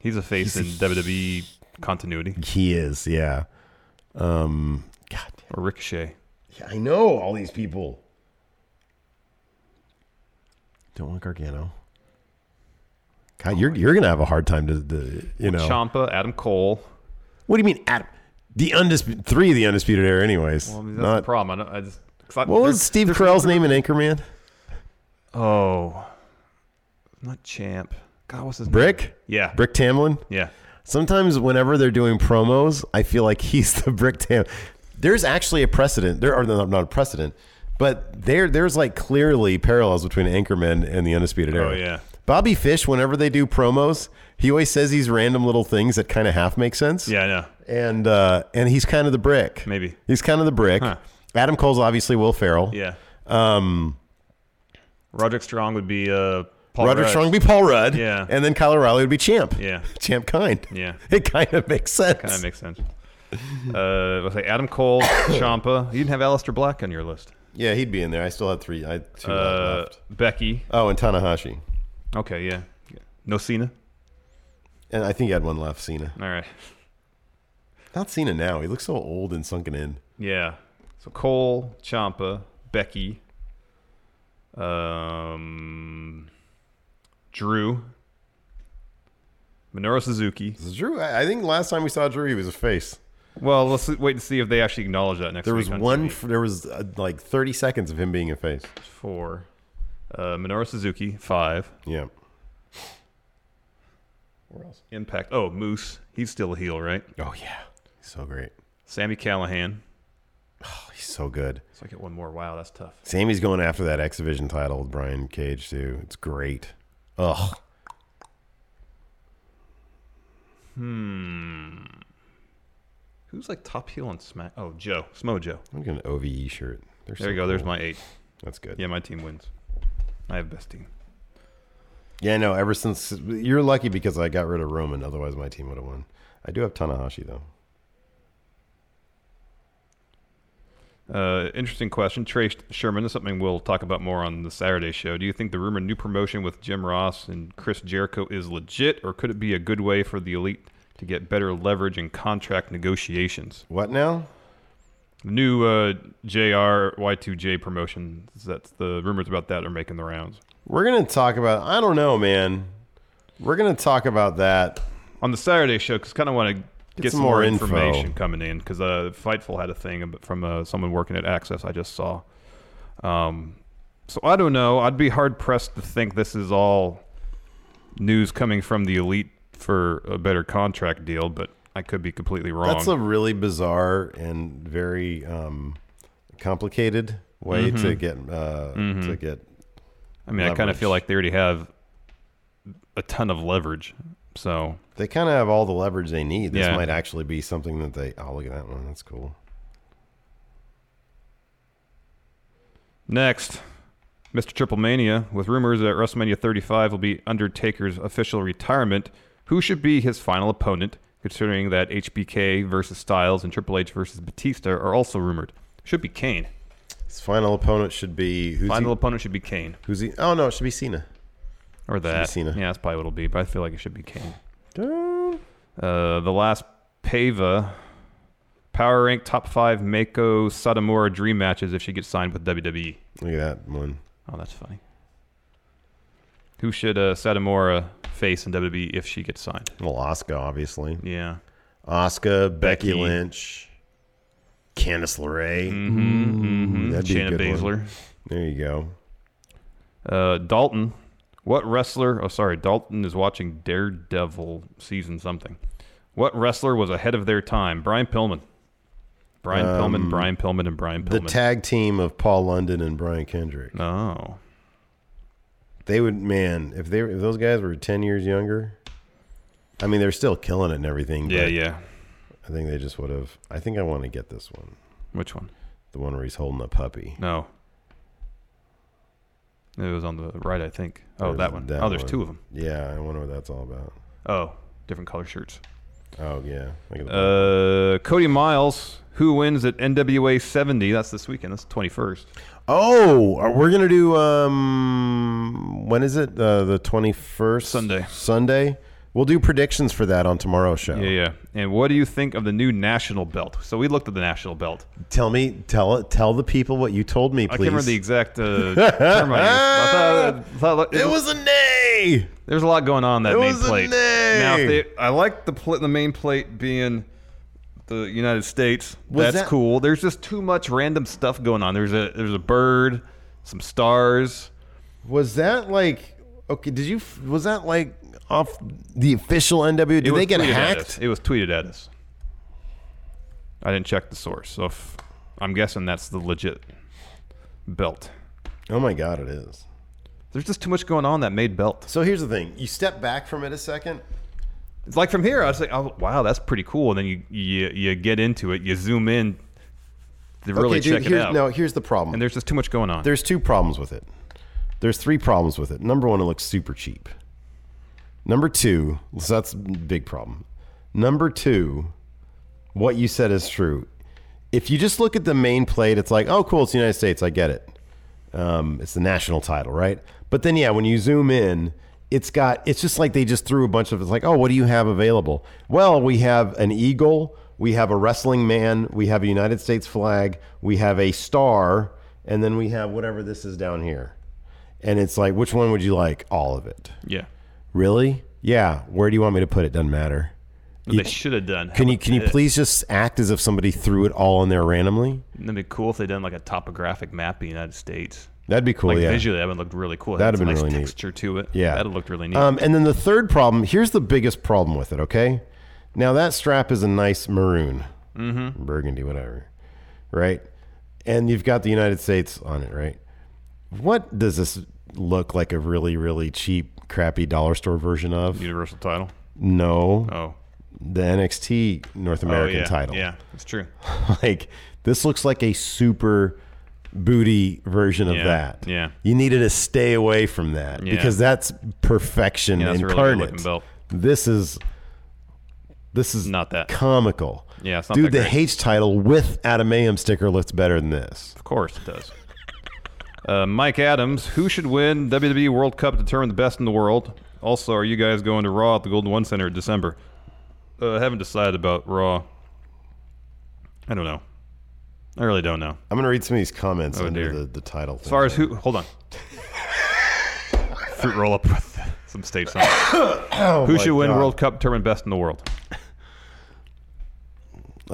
[SPEAKER 12] He's a face
[SPEAKER 11] He's
[SPEAKER 12] in WWE continuity.
[SPEAKER 11] He is. Yeah. Um. God.
[SPEAKER 12] Or Ricochet.
[SPEAKER 11] Yeah, I know all these people. Don't want Gargano. God, you're you're gonna have a hard time to, to you know.
[SPEAKER 12] Champa, Adam Cole.
[SPEAKER 11] What do you mean, Adam? The undisputed three of the undisputed era, anyways.
[SPEAKER 12] Well, I mean, that's
[SPEAKER 11] Not-
[SPEAKER 12] the problem. I, don't, I just. 'cause I-
[SPEAKER 11] what was
[SPEAKER 12] there's-
[SPEAKER 11] Steve
[SPEAKER 12] there's-
[SPEAKER 11] Carell's name in Anchorman?
[SPEAKER 12] Oh, not Champ. God, what's his name?
[SPEAKER 11] Brick.
[SPEAKER 12] Yeah.
[SPEAKER 11] Brick Tamlin.
[SPEAKER 12] Yeah.
[SPEAKER 11] Sometimes, whenever they're doing promos, I feel like he's the Brick Tam. There's actually a precedent. There are not not a precedent, but there there's like clearly parallels between Anchorman and the Undisputed Era.
[SPEAKER 12] Oh, yeah.
[SPEAKER 11] Bobby Fish, whenever they do promos, he always says these random little things that kind of half make sense.
[SPEAKER 12] Yeah, I know.
[SPEAKER 11] And uh, and he's kind of the brick.
[SPEAKER 12] Maybe.
[SPEAKER 11] He's kind of the brick.
[SPEAKER 12] Huh.
[SPEAKER 11] Adam Cole's obviously Will Ferrell.
[SPEAKER 12] Yeah.
[SPEAKER 11] Um,
[SPEAKER 12] Roderick Strong would be uh, Paul
[SPEAKER 11] Roderick
[SPEAKER 12] Rudd.
[SPEAKER 11] Strong would be Paul Rudd.
[SPEAKER 12] Yeah.
[SPEAKER 11] And then Kyle O'Reilly would be Champ.
[SPEAKER 12] Yeah.
[SPEAKER 11] Champ Kind.
[SPEAKER 12] Yeah.
[SPEAKER 11] It kind of makes sense.
[SPEAKER 12] Kind of makes sense. Uh, let's say Adam Cole, Champa. You didn't have Aleister Black on your list.
[SPEAKER 11] Yeah, he'd be in there. I still had three. I had two
[SPEAKER 12] Uh,
[SPEAKER 11] left.
[SPEAKER 12] Becky.
[SPEAKER 11] Oh, and Tanahashi.
[SPEAKER 12] Okay, yeah. Yeah. No Cena.
[SPEAKER 11] And I think he had one left, Cena.
[SPEAKER 12] All right.
[SPEAKER 11] Not Cena now. He looks so old and sunken in.
[SPEAKER 12] Yeah. So Cole, Champa, Becky, um, Drew, Minoru Suzuki.
[SPEAKER 11] Drew, I I think last time we saw Drew, he was a face.
[SPEAKER 12] Well, let's wait and see if they actually acknowledge that next.
[SPEAKER 11] There was
[SPEAKER 12] week on
[SPEAKER 11] one.
[SPEAKER 12] TV.
[SPEAKER 11] f- There was uh, like 30 seconds of him being a face.
[SPEAKER 12] four. Uh, Minoru Suzuki five.
[SPEAKER 11] Yeah.
[SPEAKER 12] Where else? Impact. Oh, Moose. He's still a heel, right?
[SPEAKER 11] Oh yeah. So great.
[SPEAKER 12] Sammy Callahan.
[SPEAKER 11] Oh, he's so good.
[SPEAKER 12] So I get one more. Wow, that's tough.
[SPEAKER 11] Sammy's going after that X Division title with Brian Cage too. It's great. Ugh.
[SPEAKER 12] Hmm. Who's like top heel on Smack? Oh, Joe. Smojo.
[SPEAKER 11] I'm gonna OVE shirt. They're
[SPEAKER 12] There
[SPEAKER 11] so
[SPEAKER 12] you go. There's
[SPEAKER 11] cool.
[SPEAKER 12] my eight.
[SPEAKER 11] That's good.
[SPEAKER 12] Yeah, my team wins. I have best team.
[SPEAKER 11] Yeah, no. Ever since you're lucky because I got rid of Roman. Otherwise, my team would have won. I do have Tanahashi though.
[SPEAKER 12] Uh, interesting question. Trace Sherman, this is something we'll talk about more on the Saturday show. Do you think the rumored new promotion with Jim Ross and Chris Jericho is legit, or could it be a good way for the elite to get better leverage in contract negotiations?
[SPEAKER 11] What now?
[SPEAKER 12] The new uh, JR Y2J promotion, that's the rumors about that are making the rounds.
[SPEAKER 11] We're gonna talk about. I don't know, man. We're gonna talk about that.
[SPEAKER 12] on the Saturday show because kind of want to
[SPEAKER 11] Get
[SPEAKER 12] get,
[SPEAKER 11] some
[SPEAKER 12] some,
[SPEAKER 11] more
[SPEAKER 12] more
[SPEAKER 11] info.
[SPEAKER 12] information coming in because uh, Fightful had a thing ab- from uh, someone working at Access I just saw. Um, so I don't know. I'd be hard pressed to think this is all news coming from the elite for a better contract deal, but I could be completely wrong.
[SPEAKER 11] That's a really bizarre and very um, complicated way to
[SPEAKER 12] Mhm.
[SPEAKER 11] get uh,
[SPEAKER 12] Mhm.
[SPEAKER 11] to get.
[SPEAKER 12] I mean, I kind of
[SPEAKER 11] leverage.
[SPEAKER 12] feel like they already have a ton of leverage. So
[SPEAKER 11] they kind of have all the leverage they need. This
[SPEAKER 12] Yeah.
[SPEAKER 11] might actually be something that they. Oh, look at that one. That's cool.
[SPEAKER 12] Next, Mr. Triple Mania, with rumors that WrestleMania 35 will be Undertaker's official retirement, who should be his final opponent, considering that HBK versus Styles and Triple H versus Batista are also rumored? Should be Kane.
[SPEAKER 11] His final opponent should be who's
[SPEAKER 12] final
[SPEAKER 11] he?
[SPEAKER 12] opponent should be Kane.
[SPEAKER 11] Who's he? Oh no, it should be Cena.
[SPEAKER 12] Or that.
[SPEAKER 11] Cena.
[SPEAKER 12] Yeah, that's probably what it'll be, but I feel like it should be Kane. Uh, the last Pava Power Rank Top 5 Mako Satomura Dream Matches if she gets signed with E. WWE.
[SPEAKER 11] Look at that one.
[SPEAKER 12] Oh, that's funny. Who should uh, Satomura face in WWE if she gets signed?
[SPEAKER 11] Well, Oscar obviously.
[SPEAKER 12] Yeah.
[SPEAKER 11] Oscar, Becky,
[SPEAKER 12] Becky.
[SPEAKER 11] Lynch, Candice LeRae,
[SPEAKER 12] Mhm, mhm.
[SPEAKER 11] that'd be a
[SPEAKER 12] Shayna
[SPEAKER 11] good one.
[SPEAKER 12] Baszler.
[SPEAKER 11] There you go.
[SPEAKER 12] Uh, Dalton. What wrestler? Oh, sorry. Dalton is watching Daredevil season something. What wrestler was ahead of their time? Brian Pillman. Brian Pillman,
[SPEAKER 11] Um,
[SPEAKER 12] Brian Pillman, and Brian
[SPEAKER 11] The
[SPEAKER 12] Pillman.
[SPEAKER 11] tag team of Paul London and Brian Kendrick.
[SPEAKER 12] Oh.
[SPEAKER 11] They would man, if they were- if those guys were 10 years younger, I mean they're still killing it and everything.
[SPEAKER 12] Yeah,
[SPEAKER 11] but
[SPEAKER 12] yeah.
[SPEAKER 11] I think they just would have I think I want to get this one.
[SPEAKER 12] Which one?
[SPEAKER 11] The one where he's holding a puppy.
[SPEAKER 12] No. It was on the right, I think. Oh,
[SPEAKER 11] There's
[SPEAKER 12] that one. oh, there's two of them.
[SPEAKER 11] Yeah, I wonder what that's all about.
[SPEAKER 12] Oh, different color shirts.
[SPEAKER 11] Oh yeah. Look at the-
[SPEAKER 12] Uh, Cody Miles, who wins at NWA 70? That's this weekend. That's the 21st.
[SPEAKER 11] Oh, are- we're gonna do um when is it? Uh, the twenty first Sunday. Sunday. We'll do predictions for that on tomorrow's show.
[SPEAKER 12] Yeah, yeah. And what do you think of the new national belt? So we looked at the national belt.
[SPEAKER 11] Tell me, tell it, tell the people what you told me, please.
[SPEAKER 12] I can't remember the exact uh, term I used. I thought- I thought-
[SPEAKER 11] It was a nay.
[SPEAKER 12] There's a lot going on in that
[SPEAKER 11] It
[SPEAKER 12] main
[SPEAKER 11] was a
[SPEAKER 12] plate.
[SPEAKER 11] nay.
[SPEAKER 12] Now, if they, I like the pl- the main plate being the United States.
[SPEAKER 11] Was
[SPEAKER 12] That's
[SPEAKER 11] that-
[SPEAKER 12] cool. There's just too much random stuff going on. There's a there's a bird, some stars.
[SPEAKER 11] Was that like okay? Did you? f- Was that like off the official NW?
[SPEAKER 12] It
[SPEAKER 11] Did
[SPEAKER 12] was
[SPEAKER 11] they get
[SPEAKER 12] tweeted at
[SPEAKER 11] hacked?
[SPEAKER 12] us. It was tweeted at us. I didn't check the source, so if, I'm guessing that's the legit belt.
[SPEAKER 11] Oh my god, it is.
[SPEAKER 12] There's just too much going on that made belt.
[SPEAKER 11] So here's the thing: you step back from it a second.
[SPEAKER 12] It's like from here, I was like, oh wow, that's pretty cool. And then you you, you get into it, you zoom in to really
[SPEAKER 11] okay, dude,
[SPEAKER 12] check it
[SPEAKER 11] here's,
[SPEAKER 12] out.
[SPEAKER 11] No, here's the problem.
[SPEAKER 12] And there's just too much going on.
[SPEAKER 11] There's two problems with it. There's three problems with it. Number one, it looks super cheap. Number two, so that's a big problem. Number two, what you said is true. If you just look at the main plate, it's like, oh, cool, it's the United States. I get it. Um, it's the national title, right? But then, yeah, when you zoom in, it's got, it's just like they just threw a bunch of, it's like, oh, what do you have available? Well, we have an eagle, we have a wrestling man, we have a United States flag, we have a star, and then we have whatever this is down here. And it's like, which one would you like? All of it.
[SPEAKER 12] Yeah.
[SPEAKER 11] Really? Yeah. Where do you want me to put it? Doesn't matter.
[SPEAKER 12] What they should have done.
[SPEAKER 11] Can you can you please just act as if somebody threw it all in there randomly?
[SPEAKER 12] That'd be cool if they done like a topographic map of the United States.
[SPEAKER 11] That'd be cool,
[SPEAKER 12] Like,
[SPEAKER 11] yeah.
[SPEAKER 12] Visually, that would look really cool. It
[SPEAKER 11] That'd
[SPEAKER 12] had
[SPEAKER 11] have
[SPEAKER 12] some
[SPEAKER 11] been
[SPEAKER 12] nice
[SPEAKER 11] really neat.
[SPEAKER 12] texture to it.
[SPEAKER 11] Yeah.
[SPEAKER 12] that'd look really neat.
[SPEAKER 11] Um, and then the third problem here's the biggest problem with it. Okay, now that strap is a nice maroon,
[SPEAKER 12] Mhm.
[SPEAKER 11] burgundy, whatever, right? And you've got the United States on it, right? What does this look like? A really really cheap, crappy dollar store version of
[SPEAKER 12] Universal title?
[SPEAKER 11] No.
[SPEAKER 12] Oh.
[SPEAKER 11] The NXT North American
[SPEAKER 12] oh, yeah.
[SPEAKER 11] title.
[SPEAKER 12] Yeah, it's true.
[SPEAKER 11] like this looks like a super booty version of
[SPEAKER 12] Yeah,
[SPEAKER 11] that.
[SPEAKER 12] yeah.
[SPEAKER 11] You needed to stay away from that
[SPEAKER 12] Yeah.
[SPEAKER 11] because that's perfection
[SPEAKER 12] Yeah, that's a really good
[SPEAKER 11] incarnate.
[SPEAKER 12] looking belt.
[SPEAKER 11] This is this is
[SPEAKER 12] not that
[SPEAKER 11] comical.
[SPEAKER 12] Yeah, it's not
[SPEAKER 11] Dude,
[SPEAKER 12] that
[SPEAKER 11] the
[SPEAKER 12] great.
[SPEAKER 11] H title with Adam Mayhem sticker looks better than this.
[SPEAKER 12] Of course it does. Uh, Mike Adams, who should win WWE World Cup to determine the best in the world? Also, are you guys going to Raw at the Golden One Center in December? Uh, I haven't decided about Raw. I don't know. I really don't know.
[SPEAKER 11] I'm gonna read some of these comments
[SPEAKER 12] Oh,
[SPEAKER 11] under
[SPEAKER 12] dear.
[SPEAKER 11] the, the title.
[SPEAKER 12] As far as who, hold on. Fruit roll up with some stage song.
[SPEAKER 11] Oh
[SPEAKER 12] who
[SPEAKER 11] my
[SPEAKER 12] should win
[SPEAKER 11] God.
[SPEAKER 12] World Cup tournament best in the world?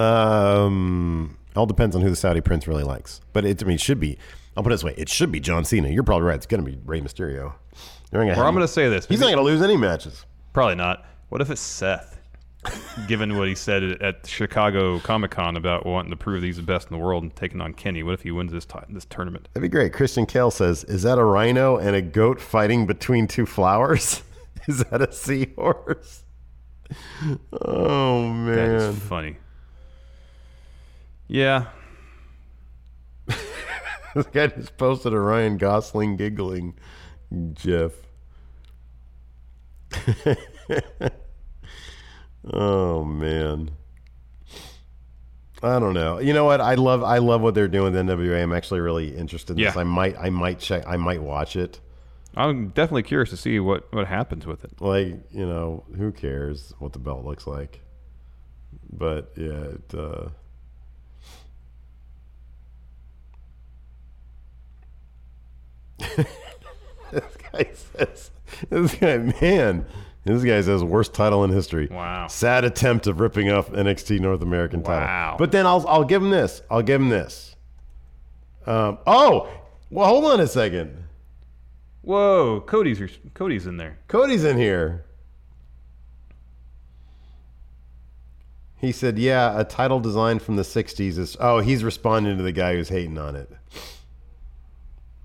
[SPEAKER 11] Um, all depends on who the Saudi prince really likes. But it, I mean, it should be. I'll put it this way: it should be John Cena. You're probably right. It's going to be Rey Mysterio. They're gonna
[SPEAKER 12] Or
[SPEAKER 11] have-
[SPEAKER 12] I'm going to say this.
[SPEAKER 11] He's not going to lose any matches.
[SPEAKER 12] Probably not. What if it's Seth? Given what he said at- at Chicago Comic Con about wanting to prove that he's the best in the world and taking on Kenny, what if he wins this ti- this tournament?
[SPEAKER 11] That'd be great. Christian Kale says, "Is that a rhino and a goat fighting between two flowers? Is that a seahorse?" Oh man,
[SPEAKER 12] That is funny. Yeah,
[SPEAKER 11] this guy just posted a Ryan Gosling giggling GIF. oh man. I don't know. You know what? I love I love what they're doing with NWA. I'm actually really interested in this.
[SPEAKER 12] Yeah.
[SPEAKER 11] I might I might check I might watch it.
[SPEAKER 12] I'm definitely curious to see what what happens with it.
[SPEAKER 11] Like, you know, who cares what the belt looks like? But yeah, it uh this guy says, this guy, man, this guy says worst title in history. Wow. Sad attempt of ripping off NXT North American title. Wow. But then I'll I'll give him this. I'll give him this. Um, oh, well, hold on a second.
[SPEAKER 12] Whoa, Cody's here- Cody's in there.
[SPEAKER 11] Cody's in here. He said, "Yeah, a title design from the '60s is." Oh, he's responding to the guy who's hating on it.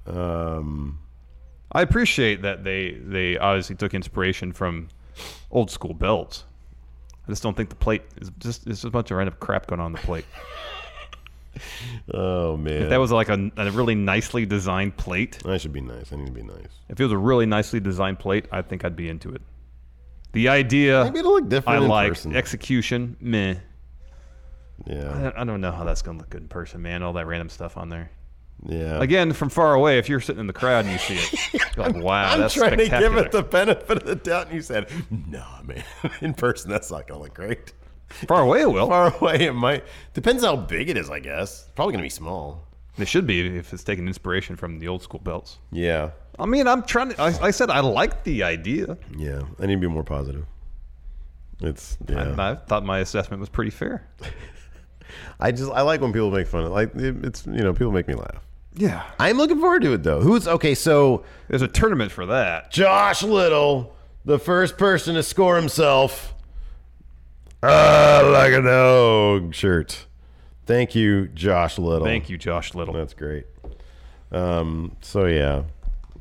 [SPEAKER 11] Um,
[SPEAKER 12] I appreciate that they they obviously took inspiration from old school belts. I just don't think the plate is just it's just a bunch of random crap going on the plate.
[SPEAKER 11] oh man,
[SPEAKER 12] If that was like a, a really nicely designed plate,
[SPEAKER 11] that should be nice. I need to be nice.
[SPEAKER 12] If it was a really nicely designed plate, I think I'd be into it. The idea
[SPEAKER 11] Maybe it'll look different
[SPEAKER 12] I
[SPEAKER 11] in
[SPEAKER 12] like
[SPEAKER 11] person.
[SPEAKER 12] execution. Meh.
[SPEAKER 11] Yeah.
[SPEAKER 12] I don't, I don't know how that's gonna look good in person, man. All that random stuff on there.
[SPEAKER 11] Yeah.
[SPEAKER 12] Again, from far away, if you're sitting in the crowd and you see it, you're like, wow,
[SPEAKER 11] I'm
[SPEAKER 12] that's
[SPEAKER 11] trying to give
[SPEAKER 12] spectacular.
[SPEAKER 11] it the benefit of the doubt, and you said, "Nah, man, in person that's not gonna look great."
[SPEAKER 12] Far away, it will.
[SPEAKER 11] Far away, it might. Depends how big it is, I guess. Probably gonna be small.
[SPEAKER 12] It should be if it's taking inspiration from the old school belts.
[SPEAKER 11] Yeah.
[SPEAKER 12] I mean, I'm trying to. I, I said I like the idea.
[SPEAKER 11] Yeah, I need to be more positive. It's yeah.
[SPEAKER 12] I, I thought my assessment was pretty fair.
[SPEAKER 11] I just I like when people make fun of like it, it's you know people make me laugh.
[SPEAKER 12] Yeah.
[SPEAKER 11] I'm looking forward to it though. Who's okay? So
[SPEAKER 12] there's a tournament for that.
[SPEAKER 11] Josh Little, the first person to score himself. Ah, like a dog shirt. Thank you, Josh Little.
[SPEAKER 12] Thank you, Josh Little.
[SPEAKER 11] That's great. Um, so yeah,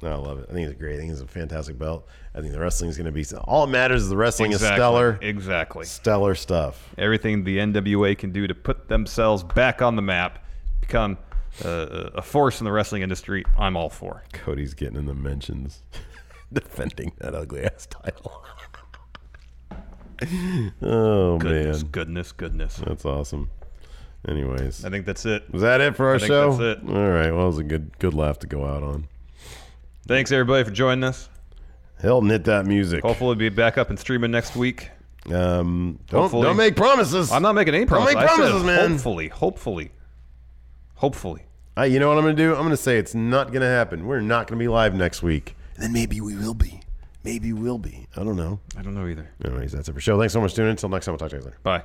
[SPEAKER 11] No, I love it. I think it's great. I think it's a fantastic belt. I think the wrestling is going to be all it matters is the wrestling
[SPEAKER 12] Exactly,
[SPEAKER 11] is stellar.
[SPEAKER 12] Exactly.
[SPEAKER 11] Stellar stuff.
[SPEAKER 12] Everything the NWA can do to put themselves back on the map, become uh, a force in the wrestling industry, I'm all for.
[SPEAKER 11] Cody's getting in the mentions, defending that ugly ass title. oh
[SPEAKER 12] Goodness,
[SPEAKER 11] man,
[SPEAKER 12] goodness, goodness.
[SPEAKER 11] that's awesome. Anyways,
[SPEAKER 12] I think that's it.
[SPEAKER 11] was that it for our
[SPEAKER 12] I think
[SPEAKER 11] show?
[SPEAKER 12] that's it.
[SPEAKER 11] All right. Well, it was a good good laugh to go out on.
[SPEAKER 12] Thanks everybody for joining us.
[SPEAKER 11] Hilton hit that music.
[SPEAKER 12] Hopefully, we'll be back up and streaming next week.
[SPEAKER 11] Um, don't,
[SPEAKER 12] Hopefully.
[SPEAKER 11] don't make promises.
[SPEAKER 12] I'm not making any
[SPEAKER 11] Don't
[SPEAKER 12] promises.
[SPEAKER 11] make
[SPEAKER 12] I said
[SPEAKER 11] promises, man.
[SPEAKER 12] Hopefully, hopefully, hopefully.
[SPEAKER 11] Uh, you know what I'm going to do? I'm going to say it's not going to happen. We're not going to be live next week. And then maybe we will be. Maybe we'll be. I don't know.
[SPEAKER 12] I don't know either.
[SPEAKER 11] Anyways, that's it for show. Thanks so much for tuning in. Until next time, we'll talk to you guys later.
[SPEAKER 12] Bye.